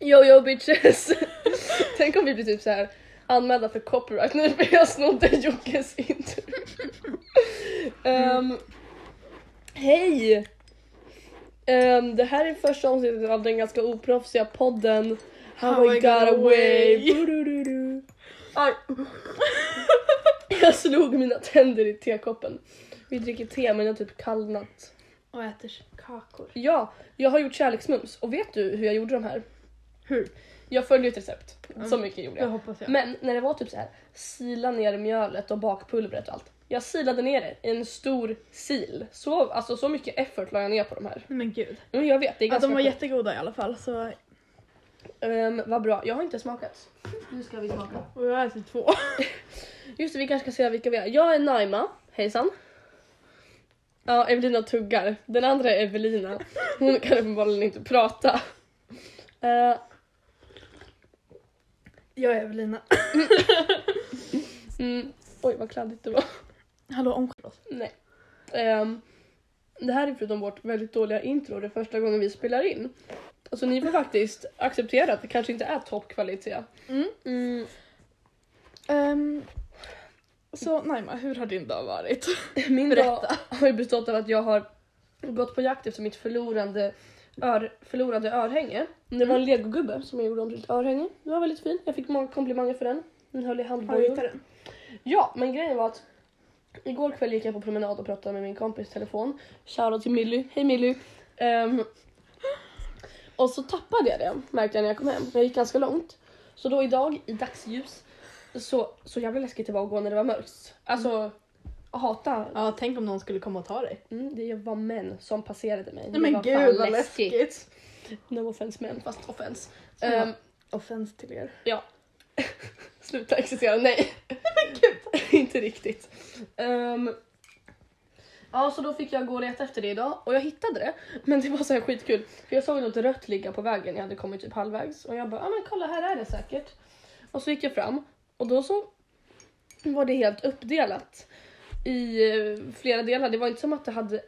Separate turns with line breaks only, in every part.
Yo yo bitches! Tänk om vi blir typ så här anmälda för copyright nu för jag snodde Jockes intro. Ehm, Hej! Ehm, det här är första avsnittet av den ganska oproffsiga podden How, I got, away. Burururu.
Aj.
Jag slog mina tänder i tekoppen. Vi dricker te men jag har typ kallnat.
Och äter kakor.
Ja, jag har gjort kärleksmums och vet du hur jag gjorde de här?
Hur?
Jag följde ett recept. Så
Mm.
mycket gjorde
Det
jag.
hoppas jag.
Men när det var typ så här, sila ner mjölet och bakpulvret och allt. Jag silade ner det i en stor sil. Så, alltså, så mycket effort la jag ner på de här.
Men gud.
Mm, jag vet, det är
Ja,
ganska
de var
sjukt.
jättegoda i alla fall. Så...
Ehm, Vad bra, jag har inte smakat. Nu ska vi smaka.
Och jag äter två.
Just det, vi kanske ska säga vilka vi är. Jag är Naima, hejsan. Ja, Evelina tuggar. Den andra är Evelina. Hon kan uppenbarligen inte prata. Eh,
Jag är Evelina.
mm, oj, vad kladdigt det var.
Hallå, omskär oss.
Nej. Ehm, det här är förutom vårt väldigt dåliga intro, det är första gången vi spelar in. Alltså ni får faktiskt acceptera att det kanske inte är toppkvalitet.
Mm.
Mm.
Ehm, så Naima, hur har din dag varit?
Min
Berätta.
dag har ju bestått av att jag har gått på jakt efter mitt förlorande, ör, förlorade örhänge. Det var en legogubbe som jag gjorde om till ett örhänge. Det var väldigt fint. Jag fick många komplimanger för den. Den höll i handbojor.
den?
Ja, men grejen var att igår kväll gick jag på promenad och pratade med min kompis i telefon. Shoutout till Milly. Hej Milly! Ehm, och så tappade jag det märkte jag när jag kom hem. Jag gick ganska långt. Så då idag i dagsljus så, så jävla läskigt det var att gå när det var mörkt. Alltså, jag hatar
Ja, tänk om någon skulle komma och ta dig.
Mm, det var män som passerade mig.
Nej
Det
men
var
gud
fan
vad läskigt.
No offense män, fast offense.
Så-
Ehm,
Offens till er.
sluta existera, nej. men gud. Inte riktigt. Ehm, ja, så då fick jag gå och leta efter det idag och jag hittade det. Men det var så här skitkul. För jag såg något rött ligga på vägen, jag hade kommit typ halvvägs. Och jag bara, ah, men kolla här är det säkert. Och så gick jag fram och då så var det helt uppdelat i eh, flera delar. Det var inte som att det hade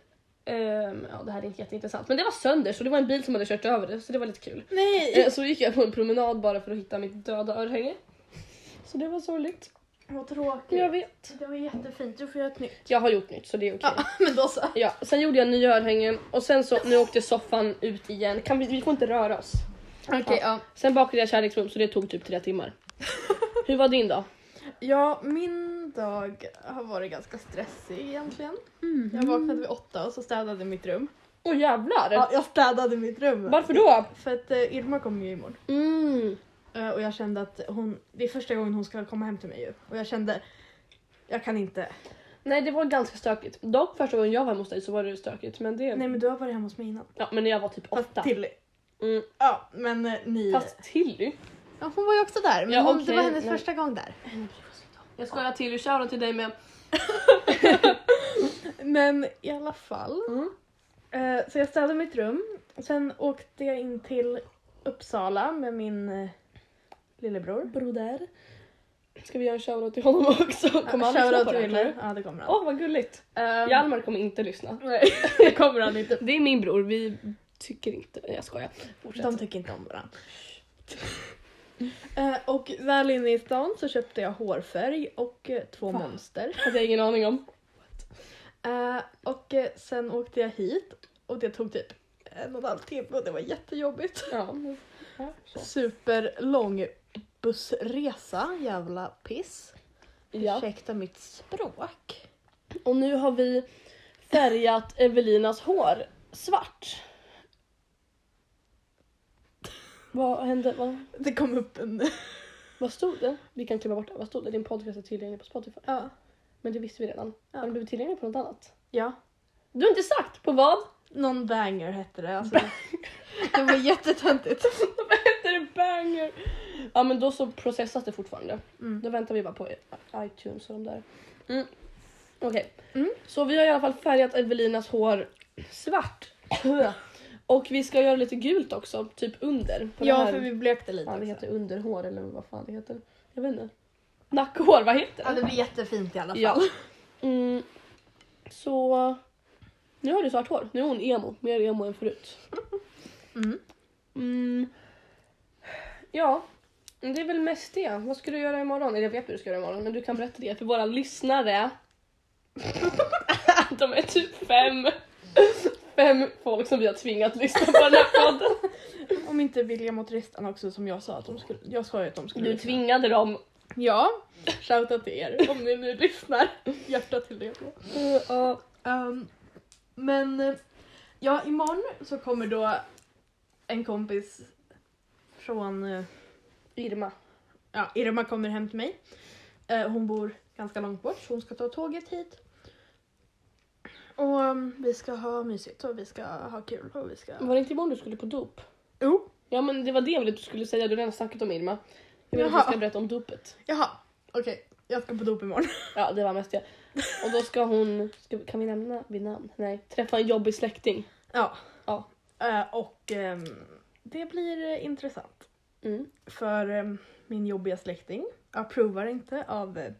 ehm, ja, det här är inte jätteintressant, men det var sönder så det var en bil som hade kört över det så det var lite kul.
Nej!
Eh, Så gick jag på en promenad bara för att hitta mitt döda örhänge. Så det var sorgligt.
Vad
Men
tråkigt.
jag vet.
Det var jättefint, du får göra ett nytt.
Jag har gjort nytt så det är okej.
Ja, men då så.
Ja, sen gjorde jag nya örhängen och sen så, nu åkte soffan ut igen. Kan vi, vi får inte röra oss.
Okej, ja.
Sen bakade jag kärleksrum så det tog typ tre timmar. Hur var din dag?
Ja, min dag har varit ganska stressig egentligen. Jag vaknade vid åtta och så städade mitt rum.
Åh jävlar!
Ja, jag städade mitt rum.
Varför då?
För att eh, Irma kommer ju imorgon.
Mm.
Eh, och jag kände att hon, det är första gången hon ska komma hem till mig ju. Och jag kände, jag kan inte.
Nej det var ganska stökigt. Dock första gången jag var hemma hos dig så var det stökigt men det...
Nej men du har varit hemma hos mig innan.
Ja men när jag var typ åtta.
Fast till.
Mm.
Ja, men eh, ni...
Fast Tilly?
Ja, hon var ju också där. Men
Ja,
hon, det
okej,
var hennes
nej.
första gång där.
Jag skojar Tilly, shoutout till dig med.
Men i alla fall.
Mm.
Eh, så jag städade mitt rum. Sen åkte jag in till Uppsala med min eh, lillebror.
Broder. Ska vi göra en shoutout till honom också? Kommer han lyssna
Shoutout
på det
till
här?
Wille. Ja, det kommer han.
Åh vad gulligt.
Ehm,
Hjalmar kommer inte lyssna.
Nej, det kommer han inte.
Det är min bror, vi tycker inte... Jag skojar. Fortsätt.
De tycker inte om varandra. Eh, och väl inne i stan så köpte jag hårfärg och eh, två
Fan.
monster.
hade jag ingen aning om.
Eh, och eh, sen åkte jag hit och det tog typ en och en halv timme och det var jättejobbigt.
Ja. Så.
Superlång bussresa, jävla piss.
ja.
Ursäkta mitt språk.
Och nu har vi färgat Evelinas hår svart. Vad hände? Vad,
Det kom upp en...
vad stod det? Vi kan klippa bort det. Vad stod det? Din podcast är tillgänglig på Spotify.
Ja.
Men det visste vi redan.
Ja.
Har den blivit tillgänglig på något annat?
ja.
Du har inte sagt! På vad?
Någon banger hette det. Alltså. det var jättetöntigt.
Heter det banger? Ja men då så processas det fortfarande.
Mm.
Då väntar vi bara på iTunes och de där. Mm. Okej.
Mm.
Så vi har i alla fall färgat Evelinas hår svart. och vi ska göra lite gult också, typ under. På det
Ja,
här.
för vi blökte lite
Fan, det
också.
heter underhår eller vad fan det heter. Jag vet inte. Nackhår, vad heter
Ja,
det?
det blir jättefint i alla fall.
Ja. Mm. Så nu har du svart hår. Nu är hon emo, mer emo än förut.
Mm.
Mm. Ja, det är väl mest det. Vad ska du göra imorgon? Eller jag vet vad du ska göra imorgon, men du kan berätta det för våra lyssnare. De är typ fem, fem folk som vi har tvingat lyssna på den här podden.
Om inte William och Tristan också som jag sa att de skulle, jag sa ju att de skulle
Du
lyssna.
tvingade dem.
Ja, shoutout till er om ni nu lyssnar. Hjärta till er.
Ja,
Ehm, men eh, ja, imorgon så kommer då en kompis från eh,
Irma.
ja, Irma kommer hem till mig. Eh, Hon bor ganska långt bort så hon ska ta tåget hit. Och um, vi ska ha mysigt och vi ska ha kul och vi ska...
Var det inte imorgon du skulle på dop?
Jo,
Ja men det var det jag ville att du skulle säga, du har redan snackat om Irma. Jag vill att du
Jaha.
ska berätta om dopet.
jaha, okej. Jag ska på dop imorgon.
Ja det var mest det. Och då ska hon, ska, kan vi nämna vid namn? Nej. Träffa en jobbig släkting.
Ja.
Ja.
Eh, och ehm, det blir eh, intressant.
Mm.
För ehm, min jobbiga släkting approvar inte av eh,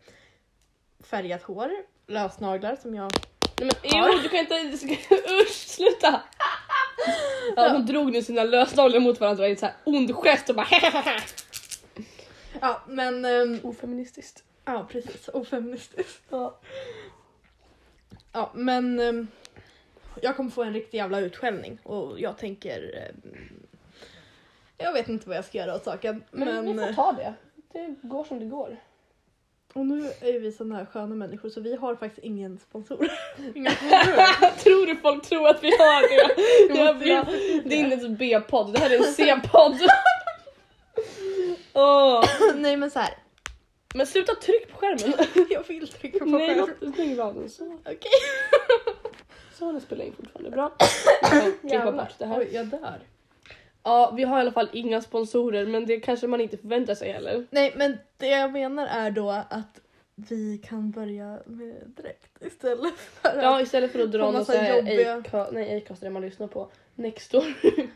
färgat hår, lösnaglar som jag...
Nej men jo, du kan inte, usch sluta! Ja, hon drog nu sina lösnaglar mot varandra i en så här ond gest och bara
Ja, men... ehm,
Ofeministiskt.
ja, precis. Ofeministiskt.
Ja.
Ja, men... ehm, jag kommer få en riktig jävla utskällning och jag tänker... ehm, jag vet inte vad jag ska göra åt saken.
Men,
Men,
vi får
eh,
ta det. Det går som det går.
och nu är ju vi sådana här sköna människor så vi har faktiskt ingen sponsor. Inga
tror du folk tror att vi har det? Jag
måste jag
blir, det är inte en B-podd, det här är en C-podd. Åh.
Nej men så här.
Men sluta tryck på skärmen.
jag vill trycka på
Nej,
skärmen.
låt- stäng radion. Så,
Okej.
så den spelar in fortfarande. Bra. Jag kan klippa bort det här.
Oj, jag dör.
Ja, vi har i alla fall inga sponsorer, men det kanske man inte förväntar sig heller.
Nej, men det jag menar är då att vi kan börja med direkt istället för att...
Ja, istället för att dra
Få
någon
massa
sån här
jobbiga-
Acast- nej, Acast, det man lyssnar på. Nextory.
Nu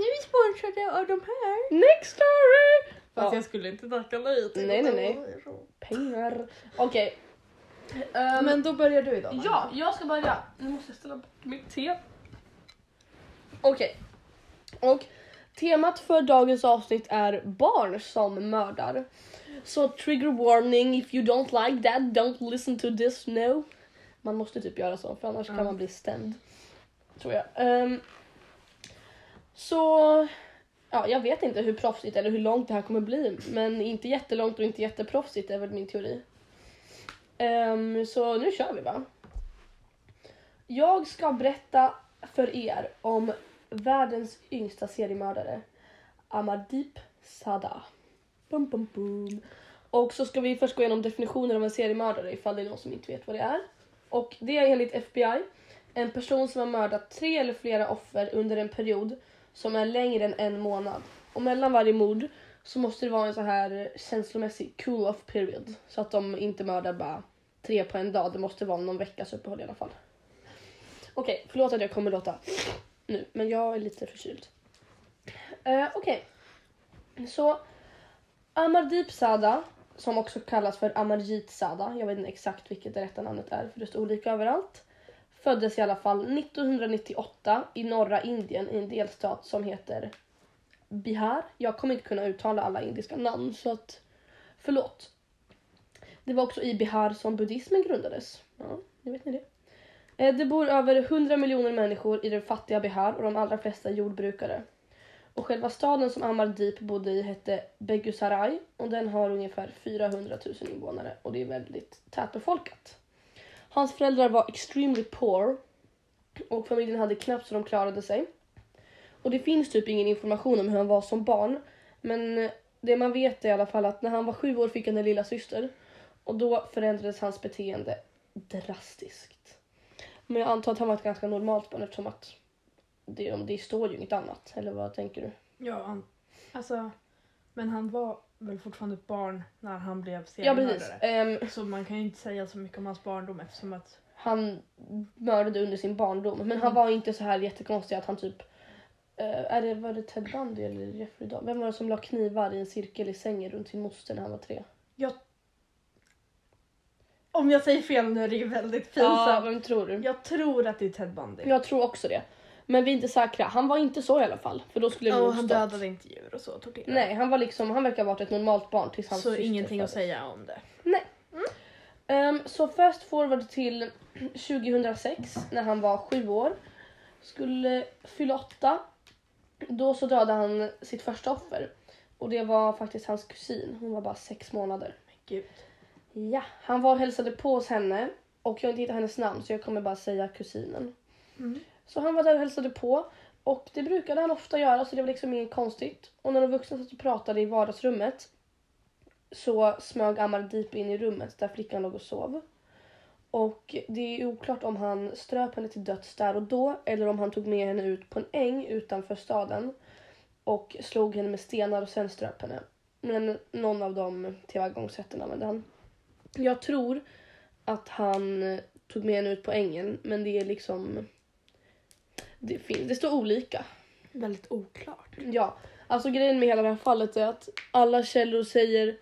är vi sponsrade av de här.
Nextory!
Fast
Ja.
jag skulle inte tacka nej till
Nej,
det.
nej, Pengar. Okej.
Ehm, men då börjar du idag. Maja.
Ja, jag ska börja. Nu måste jag ställa bort mitt te. Okej. Och temat för dagens avsnitt är barn som mördar. Så trigger warning, if you don't like that, don't listen to this, no. Man måste typ göra så, för annars
Ja.
kan man bli stämd. Tror jag. Ehm, så... Ja, jag vet inte hur proffsigt eller hur långt det här kommer bli, men inte jättelångt och inte jätteproffsigt är väl min teori. Ehm, så nu kör vi va? Jag ska berätta för er om världens yngsta seriemördare, Amadip Sada. Bum, bum, bum. Och så ska vi först gå igenom definitionen av en seriemördare ifall det är någon som inte vet vad det är. Och det är enligt FBI en person som har mördat tre eller flera offer under en period som är längre än en månad. Och mellan varje mord så måste det vara en så här känslomässig cool-off period. Så att de inte mördar bara tre på en dag. Det måste vara någon veckas uppehåll i alla fall. Okej, förlåt att jag kommer låta nu, men jag är lite förkyld. Eh, Okej, så Amardeep Sada, som också kallas för Amarjit Sada, jag vet inte exakt vilket det rätta namnet är för det står olika överallt, föddes i alla fall 1998 i norra Indien i en delstat som heter Bihar. Jag kommer inte kunna uttala alla indiska namn så att förlåt. Det var också i Bihar som buddhismen grundades. Ja, nu vet ni det. Eh, Det bor över 100 miljoner människor i den fattiga Bihar och de allra flesta är jordbrukare. Och själva staden som Amardeep bodde i hette Begusaraj och den har ungefär 400 000 invånare och det är väldigt tätbefolkat. Hans föräldrar var extremely poor och familjen hade knappt så de klarade sig. Och det finns typ ingen information om hur han var som barn men eh, det man vet är i alla fall att när han var sju år fick han en lilla syster och då förändrades hans beteende drastiskt. Men jag antar att han var ett ganska normalt barn eftersom att det, om det står ju inget annat. Eller vad tänker du?
Ja, han, alltså, men han var väl fortfarande ett barn när han blev
Ja precis.
seriemördare.
Ehm,
Så man kan ju inte säga så mycket om hans barndom eftersom att...
han mördade under sin barndom. Men han
Mm.
var inte så här jättekonstig att han typ... eh, är det, var det Ted Bundy eller Jeffrey Dahmer? Vem var det som la knivar i en cirkel i sängen runt sin moster när han var tre?
Om jag säger fel nu är det ju väldigt pinsamt.
vem tror du?
Jag tror att det är Ted Bundy.
Jag tror också det. Men vi är inte säkra. Han var inte så i alla fall. För då skulle det
Och
nog
han
stått.
dödade inte djur och så, torterade.
Nej, han var liksom, han verkar ha varit ett normalt barn tills hans
så
syster
ingenting att
föddes.
säga om det.
Ehm, så fast forward till 2006 när han var sju år. Skulle fylla åtta. Då så dödade han sitt första offer. Och det var faktiskt hans kusin. Hon var bara sex månader.
Men gud.
Ja, han var och hälsade på hos henne. Och jag har inte hittat hennes namn så jag kommer bara säga kusinen.
Mm.
Så han var där och hälsade på. Och det brukade han ofta göra så det var liksom inget konstigt. Och när de vuxna satt och pratade i vardagsrummet så smög Amardeep in i rummet där flickan låg och sov. Och det är oklart om han ströp henne till döds där och då eller om han tog med henne ut på en äng utanför staden och slog henne med stenar och sen ströp henne. Men någon av de tillvägagångssätten använde han. Jag tror att han tog med henne ut på ängen men det är liksom... Det, finns, det står olika.
Väldigt oklart.
Ja, alltså grejen med hela det här fallet är att alla källor säger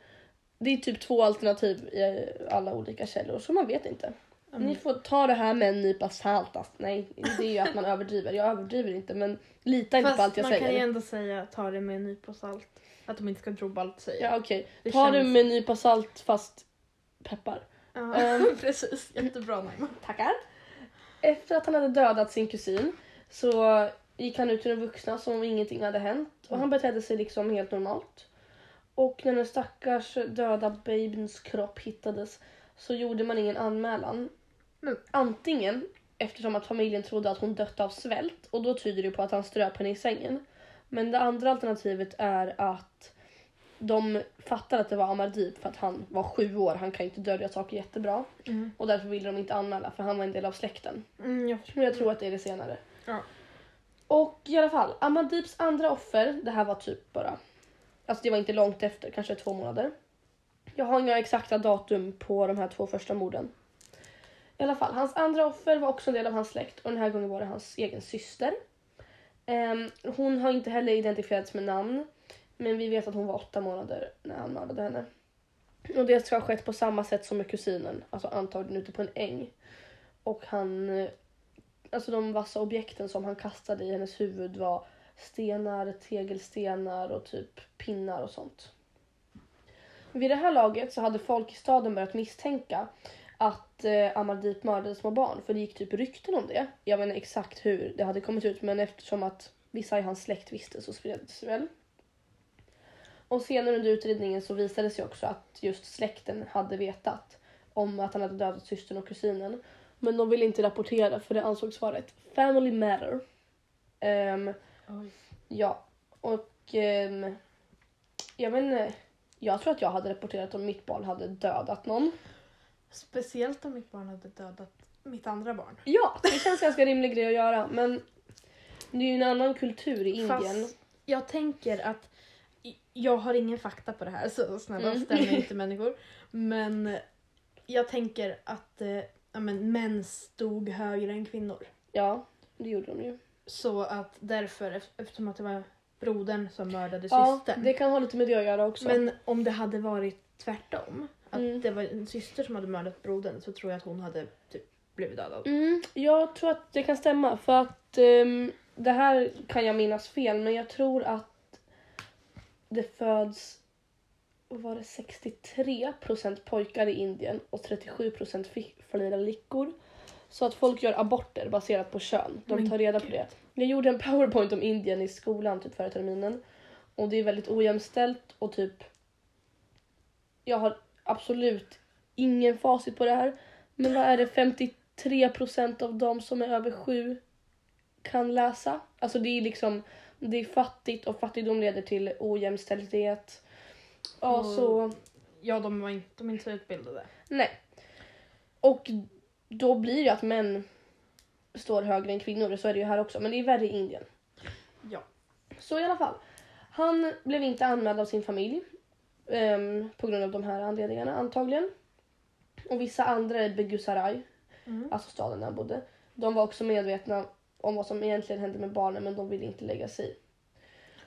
det är typ två alternativ i alla olika källor så man vet inte.
Mm.
Ni får ta det här med en nypa salt. Alltså, nej, det är ju att man överdriver. Jag överdriver inte men lita inte
Fast
på allt jag
man kan ju
säger.
ändå säga ta det med en nypa salt. Att de inte ska tro på allt du säger.
Ja okej,
Det
ta det
känns-
med en nypa salt fast peppar.
Ja,
Ehm.
precis. Jättebra Naima.
Tackar. Efter att han hade dödat sin kusin så gick han ut till de vuxna som om ingenting hade hänt och han betedde sig liksom helt normalt. Och när den stackars döda babyns kropp hittades så gjorde man ingen anmälan.
Mm.
Antingen eftersom att familjen trodde att hon dött av svält och då tyder det på att han ströp henne i sängen. Men det andra alternativet är att de fattar att det var Amardeep för att han var sju år, han kan ju inte dölja saker jättebra.
Mm.
Och därför ville de inte anmäla för han var en del av släkten.
jag
Men jag tror att det är det senare.
Mm, Ja.
Och i alla fall, Amandeeps andra offer, det här var typ bara... Alltså det var inte långt efter, kanske två månader. Jag har inga exakta datum på de här två första morden. I alla fall, hans andra offer var också en del av hans släkt och den här gången var det hans egen syster. Ehm, hon har inte heller identifierats med namn men vi vet att hon var åtta månader när han mördade henne. Och det ska ha skett på samma sätt som med kusinen, alltså antagligen ute på en äng. Och han eh, alltså de vassa objekten som han kastade i hennes huvud var stenar, tegelstenar och typ pinnar och sånt. Vid det här laget så hade folk i staden börjat misstänka att eh, Amardeep mördade små barn för det gick typ rykten om det. Jag vet inte exakt hur det hade kommit ut men eftersom att vissa i hans släkt visste så spreds det väl. Och senare under utredningen så visade det sig också att just släkten hade vetat om att han hade dödat systern och kusinen men de ville inte rapportera för det ansågs vara ett family matter. Ehm,
Oj.
ja, och ehm, jag vet inte. Jag tror att jag hade rapporterat om mitt barn hade dödat någon.
Speciellt om mitt barn hade dödat mitt andra barn.
Ja, det känns ganska rimlig grej att göra men det är ju en annan kultur i Indien.
Fast jag tänker att i- jag har ingen fakta på det här så snälla
Mm.
stäm inte människor. Men jag tänker att eh, ja, men, män stod högre än kvinnor.
Ja, det gjorde de ju.
Så att därför, eft- eftersom att det var brodern som mördade
Ja,
systern.
det kan ha lite med det att göra också.
Men om det hade varit tvärtom, att
Mm.
det var en syster som hade mördat brodern så tror jag att hon hade typ blivit dödad.
Mm, jag tror att det kan stämma för att ehm, det här kan jag minnas fel men jag tror att det föds var det 63 pojkar i Indien och 37 fi- flickor. Så att folk gör aborter baserat på kön. De
Men
tar reda på
gud.
det. Jag gjorde en powerpoint om Indien i skolan typ förra terminen och det är väldigt ojämställt och typ jag har absolut ingen facit på det här. Men vad är det 53 procent av de som är över sju kan läsa? Alltså det är liksom det är fattigt och fattigdom leder till ojämställdhet. Ja,
Och-
så
Ja, de, var inte, de är inte så utbildade.
nej. Och då blir det att män står högre än kvinnor och så är det ju här också. Men det är värre i Indien.
Ja.
Så i alla fall. Han blev inte anmäld av sin familj. ehm, på grund av de här anledningarna antagligen. Och vissa andra i Begusaray,
Mm.
alltså staden där han bodde, de var också medvetna om vad som egentligen hände med barnen men de ville inte lägga sig i.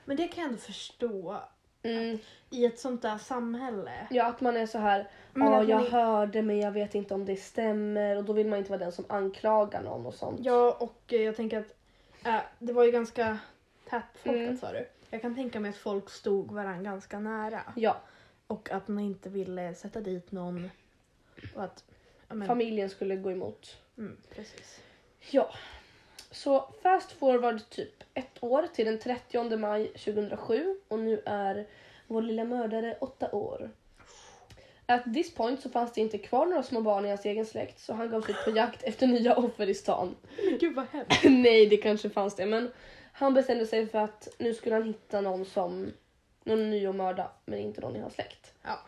Men det kan jag ändå förstå
Mm,
i ett sånt där samhälle.
ja, att man är så här,
Men
ja
att
jag
man är-
hörde men jag vet inte om det stämmer och då vill man inte vara den som anklagar någon och sånt.
Ja, och eh, jag tänker att Eh, det var ju ganska tätfolkat
Mm.
sa du. Jag kan tänka mig att folk stod varandra ganska nära.
Ja,
Och att man inte ville sätta dit någon. Och att... Ja, men,
familjen skulle gå emot.
mm, precis.
Ja. Så fast forward typ ett år till den 30 maj 2007 och nu är vår lilla mördare åtta år. At this point så fanns det inte kvar några små barn i hans egen släkt så han gav sig ut på jakt efter nya offer i stan.
Gud vad hemskt.
Nej, det kanske fanns det, men han bestämde sig för att nu skulle han hitta någon som någon ny att mörda, men inte någon i hans släkt.
Ja.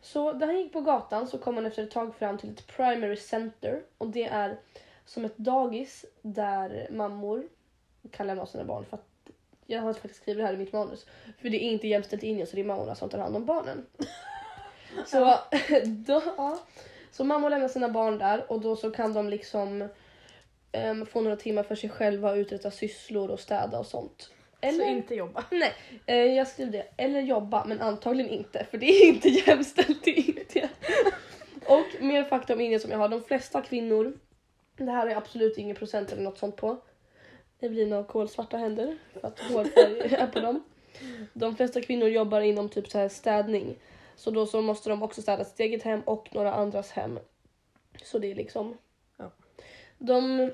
Så där han gick på gatan så kom han efter ett tag fram till ett primary center och det är som ett dagis där mammor kan lämna sina barn för att jag har faktiskt skrivit det här i mitt manus. För det är inte jämställt in så det är mammorna som tar hand om barnen. Så, då, ja. så mammor lämnar sina barn där och då så kan de liksom ehm, få några timmar för sig själva och uträtta sysslor och städa och sånt.
Så inte jobba.
Nej, eh, jag skrev det. Eller jobba, men antagligen inte för det är inte jämställt i Indien. Och mer fakta om Indien som jag har. De flesta kvinnor, det här är absolut ingen procent eller något sånt på. Det blir några kolsvarta händer för att hårfärg är på dem. De flesta kvinnor jobbar inom typ så här städning. Så då så måste de också städa sitt eget hem och några andras hem. Så det är liksom...
Ja.
De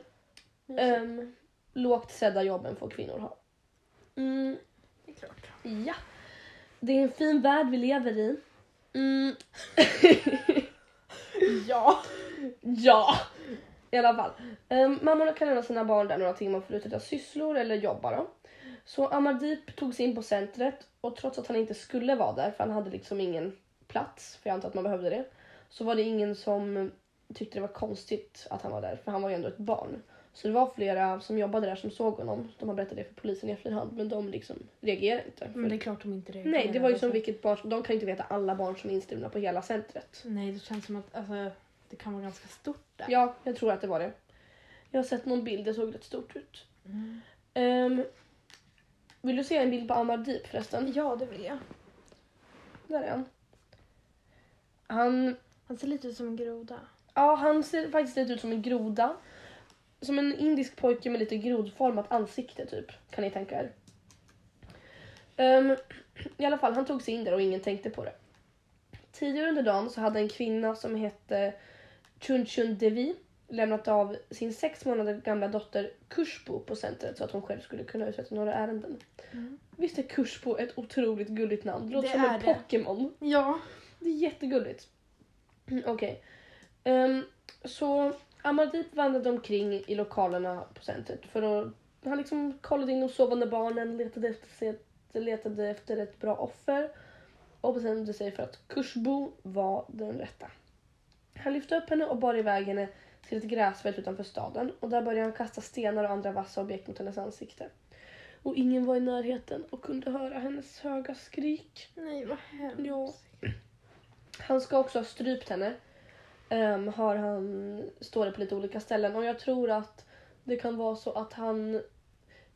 ehm, lågt sedda jobben får kvinnor ha. Mm,
Det är klart.
Ja. Det är en fin värld vi lever i. Mm,
Ja.
ja! I alla fall. Um, mammorna kan lämna sina barn där några timmar för att uträtta sysslor eller jobba då. Så Amadip tog sig in på centret och trots att han inte skulle vara där för han hade liksom ingen plats, för jag antar att man behövde det, så var det ingen som tyckte det var konstigt att han var där för han var ju ändå ett barn. Så det var flera som jobbade där som såg honom. De har berättat det för polisen i efterhand men de liksom reagerade inte. för
Men det är klart de inte reagerar.
Nej, det var ju som
Alltså,
vilket barn som... De kan ju inte veta alla barn som är inskrivna på hela centret.
Nej, det känns som att alltså, det kan vara ganska stort där.
Ja, jag tror att det var det. Jag har sett någon bild, det såg rätt stort ut.
Mm.
Ehm, vill du se en bild på Amardeep förresten?
ja, det vill jag.
Där är han. Han,
Han ser lite ut som en groda.
ja, han ser faktiskt lite ut som en groda. Som en indisk pojke med lite grodformat ansikte typ, kan ni tänka er. Ehm, I alla fall, han tog sig in där och ingen tänkte på det. Tidigare under dagen så hade en kvinna som hette Chunchun Devi lämnat av sin sex månader gamla dotter Kushbo på centret så att hon själv skulle kunna uträtta några ärenden.
Mm.
Visst är Kushbo ett otroligt gulligt namn? Det låter
Det
som
är
en
det.
Pokémon.
Ja.
Det är jättegulligt. Mm, Okej. Ehm, så Amadip vandrade omkring i lokalerna på centret. För att, han liksom kollade in de sovande barnen, letade efter, letade efter ett bra offer och bestämde sig för att Kushbo var den rätta. Han lyfte upp henne och bar iväg henne till ett gräsfält utanför staden och där började han kasta stenar och andra vassa objekt mot hennes ansikte. Och ingen var i närheten och kunde höra hennes höga skrik.
Nej, vad hemskt.
Ja. Han ska också ha strypt henne. Ehm, har han, står det på lite olika ställen. Och jag tror att det kan vara så att han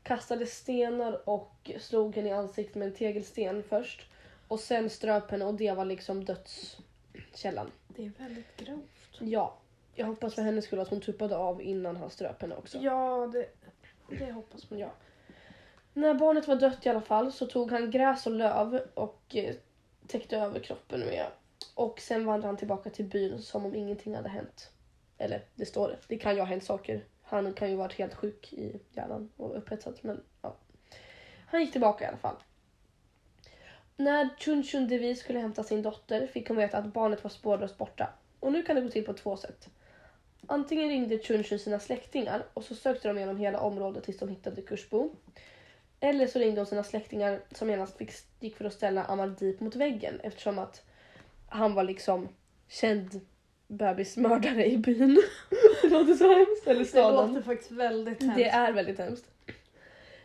kastade stenar och slog henne i ansiktet med en tegelsten först. Och sen ströp henne och det var liksom dödskällan.
Det är väldigt grovt.
Ja. Jag hoppas för hennes skull att hon tuppade av innan han ströp henne också.
Ja, det, det hoppas man.
Ja. När barnet var dött i alla fall så tog han gräs och löv och eh, täckte över kroppen med. Och sen vandrade han tillbaka till byn som om ingenting hade hänt. Eller det står det. Det kan ju ha hänt saker. Han kan ju varit helt sjuk i hjärnan och upphetsad. Men ja. Han gick tillbaka i alla fall. När Chunchun Devi skulle hämta sin dotter fick hon veta att barnet var spårlöst borta. Och nu kan det gå till på två sätt. Antingen ringde Chunchun sina släktingar och så sökte de igenom hela området tills de hittade Kursbo. Eller så ringde hon sina släktingar som genast fick, gick för att ställa Amardeep mot väggen eftersom att han var liksom känd bebismördare i byn. det låter så hemskt. Eller staden.
faktiskt väldigt
Det är väldigt hemskt.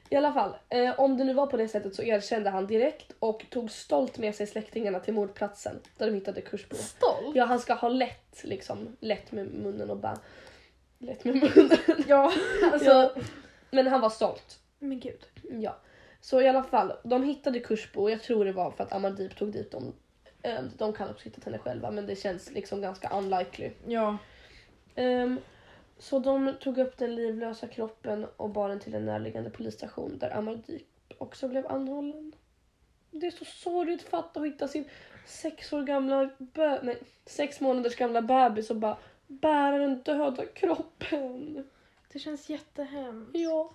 I alla fall, eh, om det nu var på det sättet så erkände han direkt och tog stolt med sig släktingarna till mordplatsen där de hittade Kursbo.
Stolt?
Ja, han ska ha lätt liksom, lätt med munnen och bara... Lätt med munnen.
Ja, alltså.
Ja. Men han var stolt.
Men gud.
Ja. Så i alla fall, de hittade Kursbo och jag tror det var för att Amadip tog dit dem. Eh, De kan också hittat henne själva men det känns liksom ganska unlikely.
Ja.
Ehm, Så de tog upp den livlösa kroppen och bar den till en närliggande polisstation där Amardeep också blev anhållen. Det är så sorgligt fatta att hitta sin sex år gamla, bä- nej, sex månaders gamla bebis och bara bära den döda kroppen.
Det känns jättehemskt.
Ja.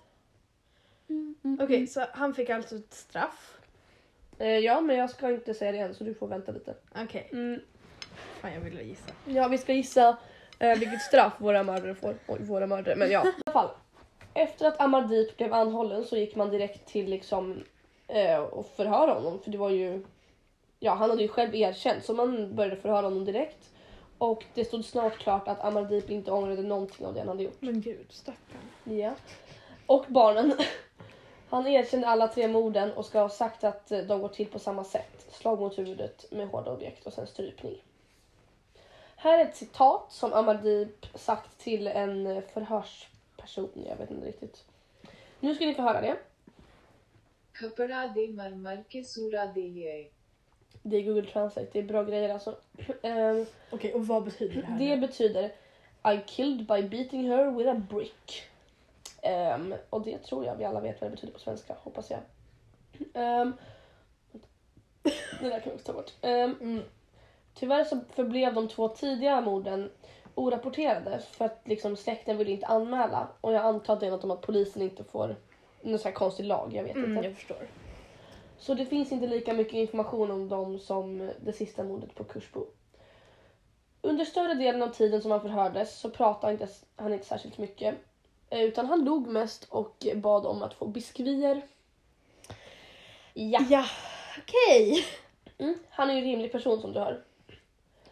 Mm, mm,
Okej,
mm.
så han fick alltså ett straff.
Eh, ja, men jag ska inte säga det än så du får vänta lite.
Okej,
Mm,
fan jag ville gissa.
Ja, vi ska gissa eh, vilket straff våra mördare får. Oj, våra mördare, men ja. I alla fall. Efter att Amardeep blev anhållen så gick man direkt till liksom eh, och förhöra honom för det var ju Ja, han hade ju själv erkänt så man började förhöra honom direkt. Och det stod snart klart att Amardeep inte ångrade någonting av det han hade gjort.
Men gud, stackarn.
Ja. Och barnen. Han erkände alla tre morden och ska ha sagt att eh, de går till på samma sätt. Slag mot huvudet med hårda objekt och sen strypning. Här är ett citat som Amadip sagt till en eh, förhörsperson. Jag vet inte riktigt. Nu ska ni få höra det.
खपड़ा दे मरमर के सूरा दे ये
Det är Google Translate. Det är bra grejer alltså. Ehm,
Okej, och vad betyder det här?
Det betyder I killed by beating her with a brick. Ehm, och det tror jag vi alla vet vad det betyder på svenska, hoppas jag. Um, det där kan vi också ta bort. Ehm,
Mm.
tyvärr så förblev de två tidiga morden orapporterade för att liksom släkten ville inte anmäla. Och jag antar att det är något om att polisen inte får någon sån här konstig lag, jag vet inte.
Mm, jag förstår.
Så det finns inte lika mycket information om dem som det sista mordet på Kursbo. Under större delen av tiden som han förhördes så pratade han inte, han inte särskilt mycket. eh, Utan han log mest och bad om att få biskvier. Ja.
Ja, okej.
Mm. Han är ju en rimlig person som du hör.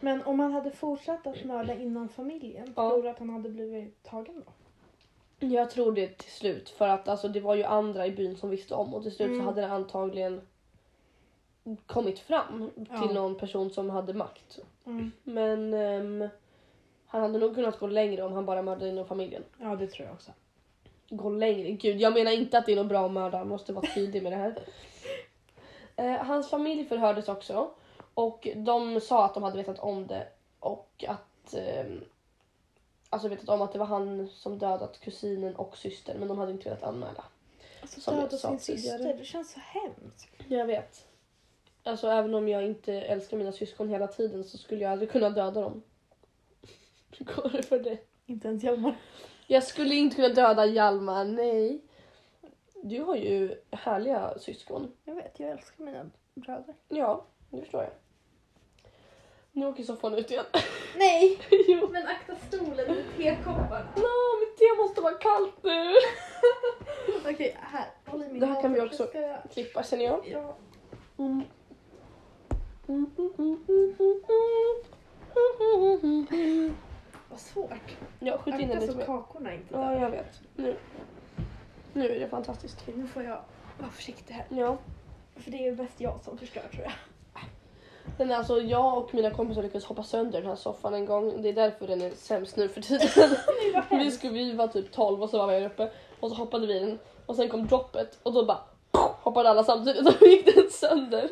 Men om han hade fortsatt att mörda inom familjen,
Ja.
tror du att han hade blivit tagen då?
Jag tror det till slut för att alltså, det var ju andra i byn som visste om och till slut
Mm.
så hade det antagligen kommit fram till
Ja.
någon person som hade makt.
Mm.
Men ehm, han hade nog kunnat gå längre om han bara mördade inom familjen.
Ja, det tror jag också.
Gå längre? Gud, jag menar inte att det är något bra att mörda. Jag måste vara tydlig med det här. Eh, hans familj förhördes också och de sa att de hade vetat om det och att ehm, Alltså vetat om att det var han som dödat kusinen och systern men de hade inte velat anmäla.
Alltså
Som jag
döda
sa
sin
tidigare.
syster, det känns så hemskt.
Jag vet. Alltså även om jag inte älskar mina syskon hela tiden så skulle jag aldrig kunna döda dem. Hur går det för dig?
Inte ens jag
Jag skulle inte kunna döda Hjalmar, nej. Du har ju härliga syskon.
Jag vet, jag älskar mina bröder.
Ja, det förstår jag. Nu åker soffan ut igen.
Nej!
jo.
Men akta stolen och tekopparna.
Nå, mitt te måste vara kallt nu.
Okej, här. Håll i min
Det här
hand,
kan vi
för
också-
ska jag-
Klippa känner jag.
Ja.
Mm.
Vad svårt.
Jag skjuter in den
Akta
lite
så
mer.
kakorna inte
Ja,
dör.
jag vet. Nu. Nu är det fantastiskt.
Okej, nu får jag vara försiktig här.
Ja.
För det är mest jag som förstör tror jag.
Den är alltså, jag och mina kompisar lyckades hoppa sönder den här soffan en gång. Det är därför den är sämst nu för tiden.
Nej, vad
Vi,
hemskt.
skulle, vi var typ 12 och så var vi här uppe och så hoppade vi den och sen kom droppet och då bara pow, hoppade alla samtidigt och då gick den sönder.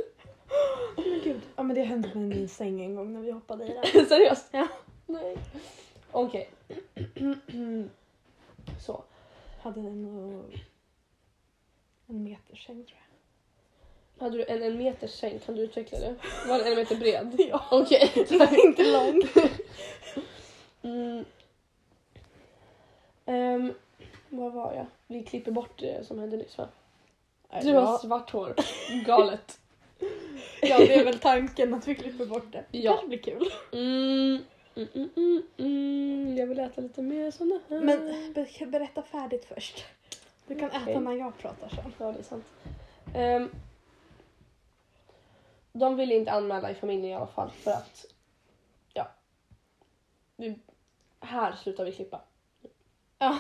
Men gud. Ja men det hände med min säng en gång när vi hoppade i den.
Seriöst?
Ja.
Nej. Okej. så.
Hade den nog en meter säng tror jag.
Hade du en en meter säng? Kan du utveckla det? Var den en meter bred?
Ja.
Okej.
inte lång.
Mm. Ehm, vad var jag? Vi klipper bort det som hände nyss va? Du har svart hår. Galet.
Ja, det är väl tanken att vi klipper bort det.
Ja.
kanske blir kul.
Mm, mm, mm, mm, mm. Jag vill äta lite mer såna här.
Men be- berätta färdigt först. Du kan
Okej.
äta när jag pratar sen.
Ja, det är sant. Ehm, de ville inte anmäla i familjen i alla fall för att... Ja. Vi, här slutar vi klippa.
Ja.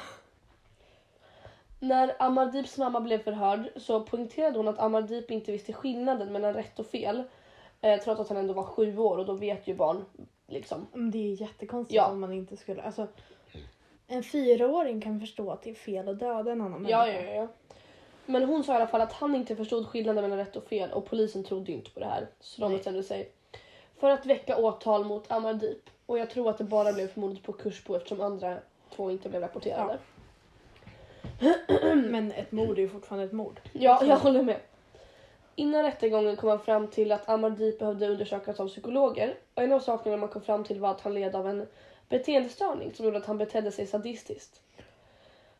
När Amardeeps mamma blev förhörd så poängterade hon att Amardeep inte visste skillnaden mellan rätt och fel. Eh, trots att han ändå var sju år och då vet ju barn liksom.
Men Mm, det är jättekonstigt
Ja.
om man inte skulle... Alltså, en fyraåring kan förstå att det är fel att döda en annan
Ja, ja, ja, ja. Men hon sa i alla fall att han inte förstod skillnaden mellan rätt och fel och polisen trodde ju inte på det här. Så de
Nej.
bestämde sig för att väcka åtal mot Amardeep. Och jag tror att det bara blev för mordet på Kursbo eftersom andra två två inte blev rapporterade.
Men ett mord är ju fortfarande ett mord.
Ja, jag håller med. Innan rättegången kom man fram till att Amardeep behövde undersökas av psykologer och en av sakerna man kom fram till var att han led av en beteendestörning som gjorde att han betedde sig sadistiskt.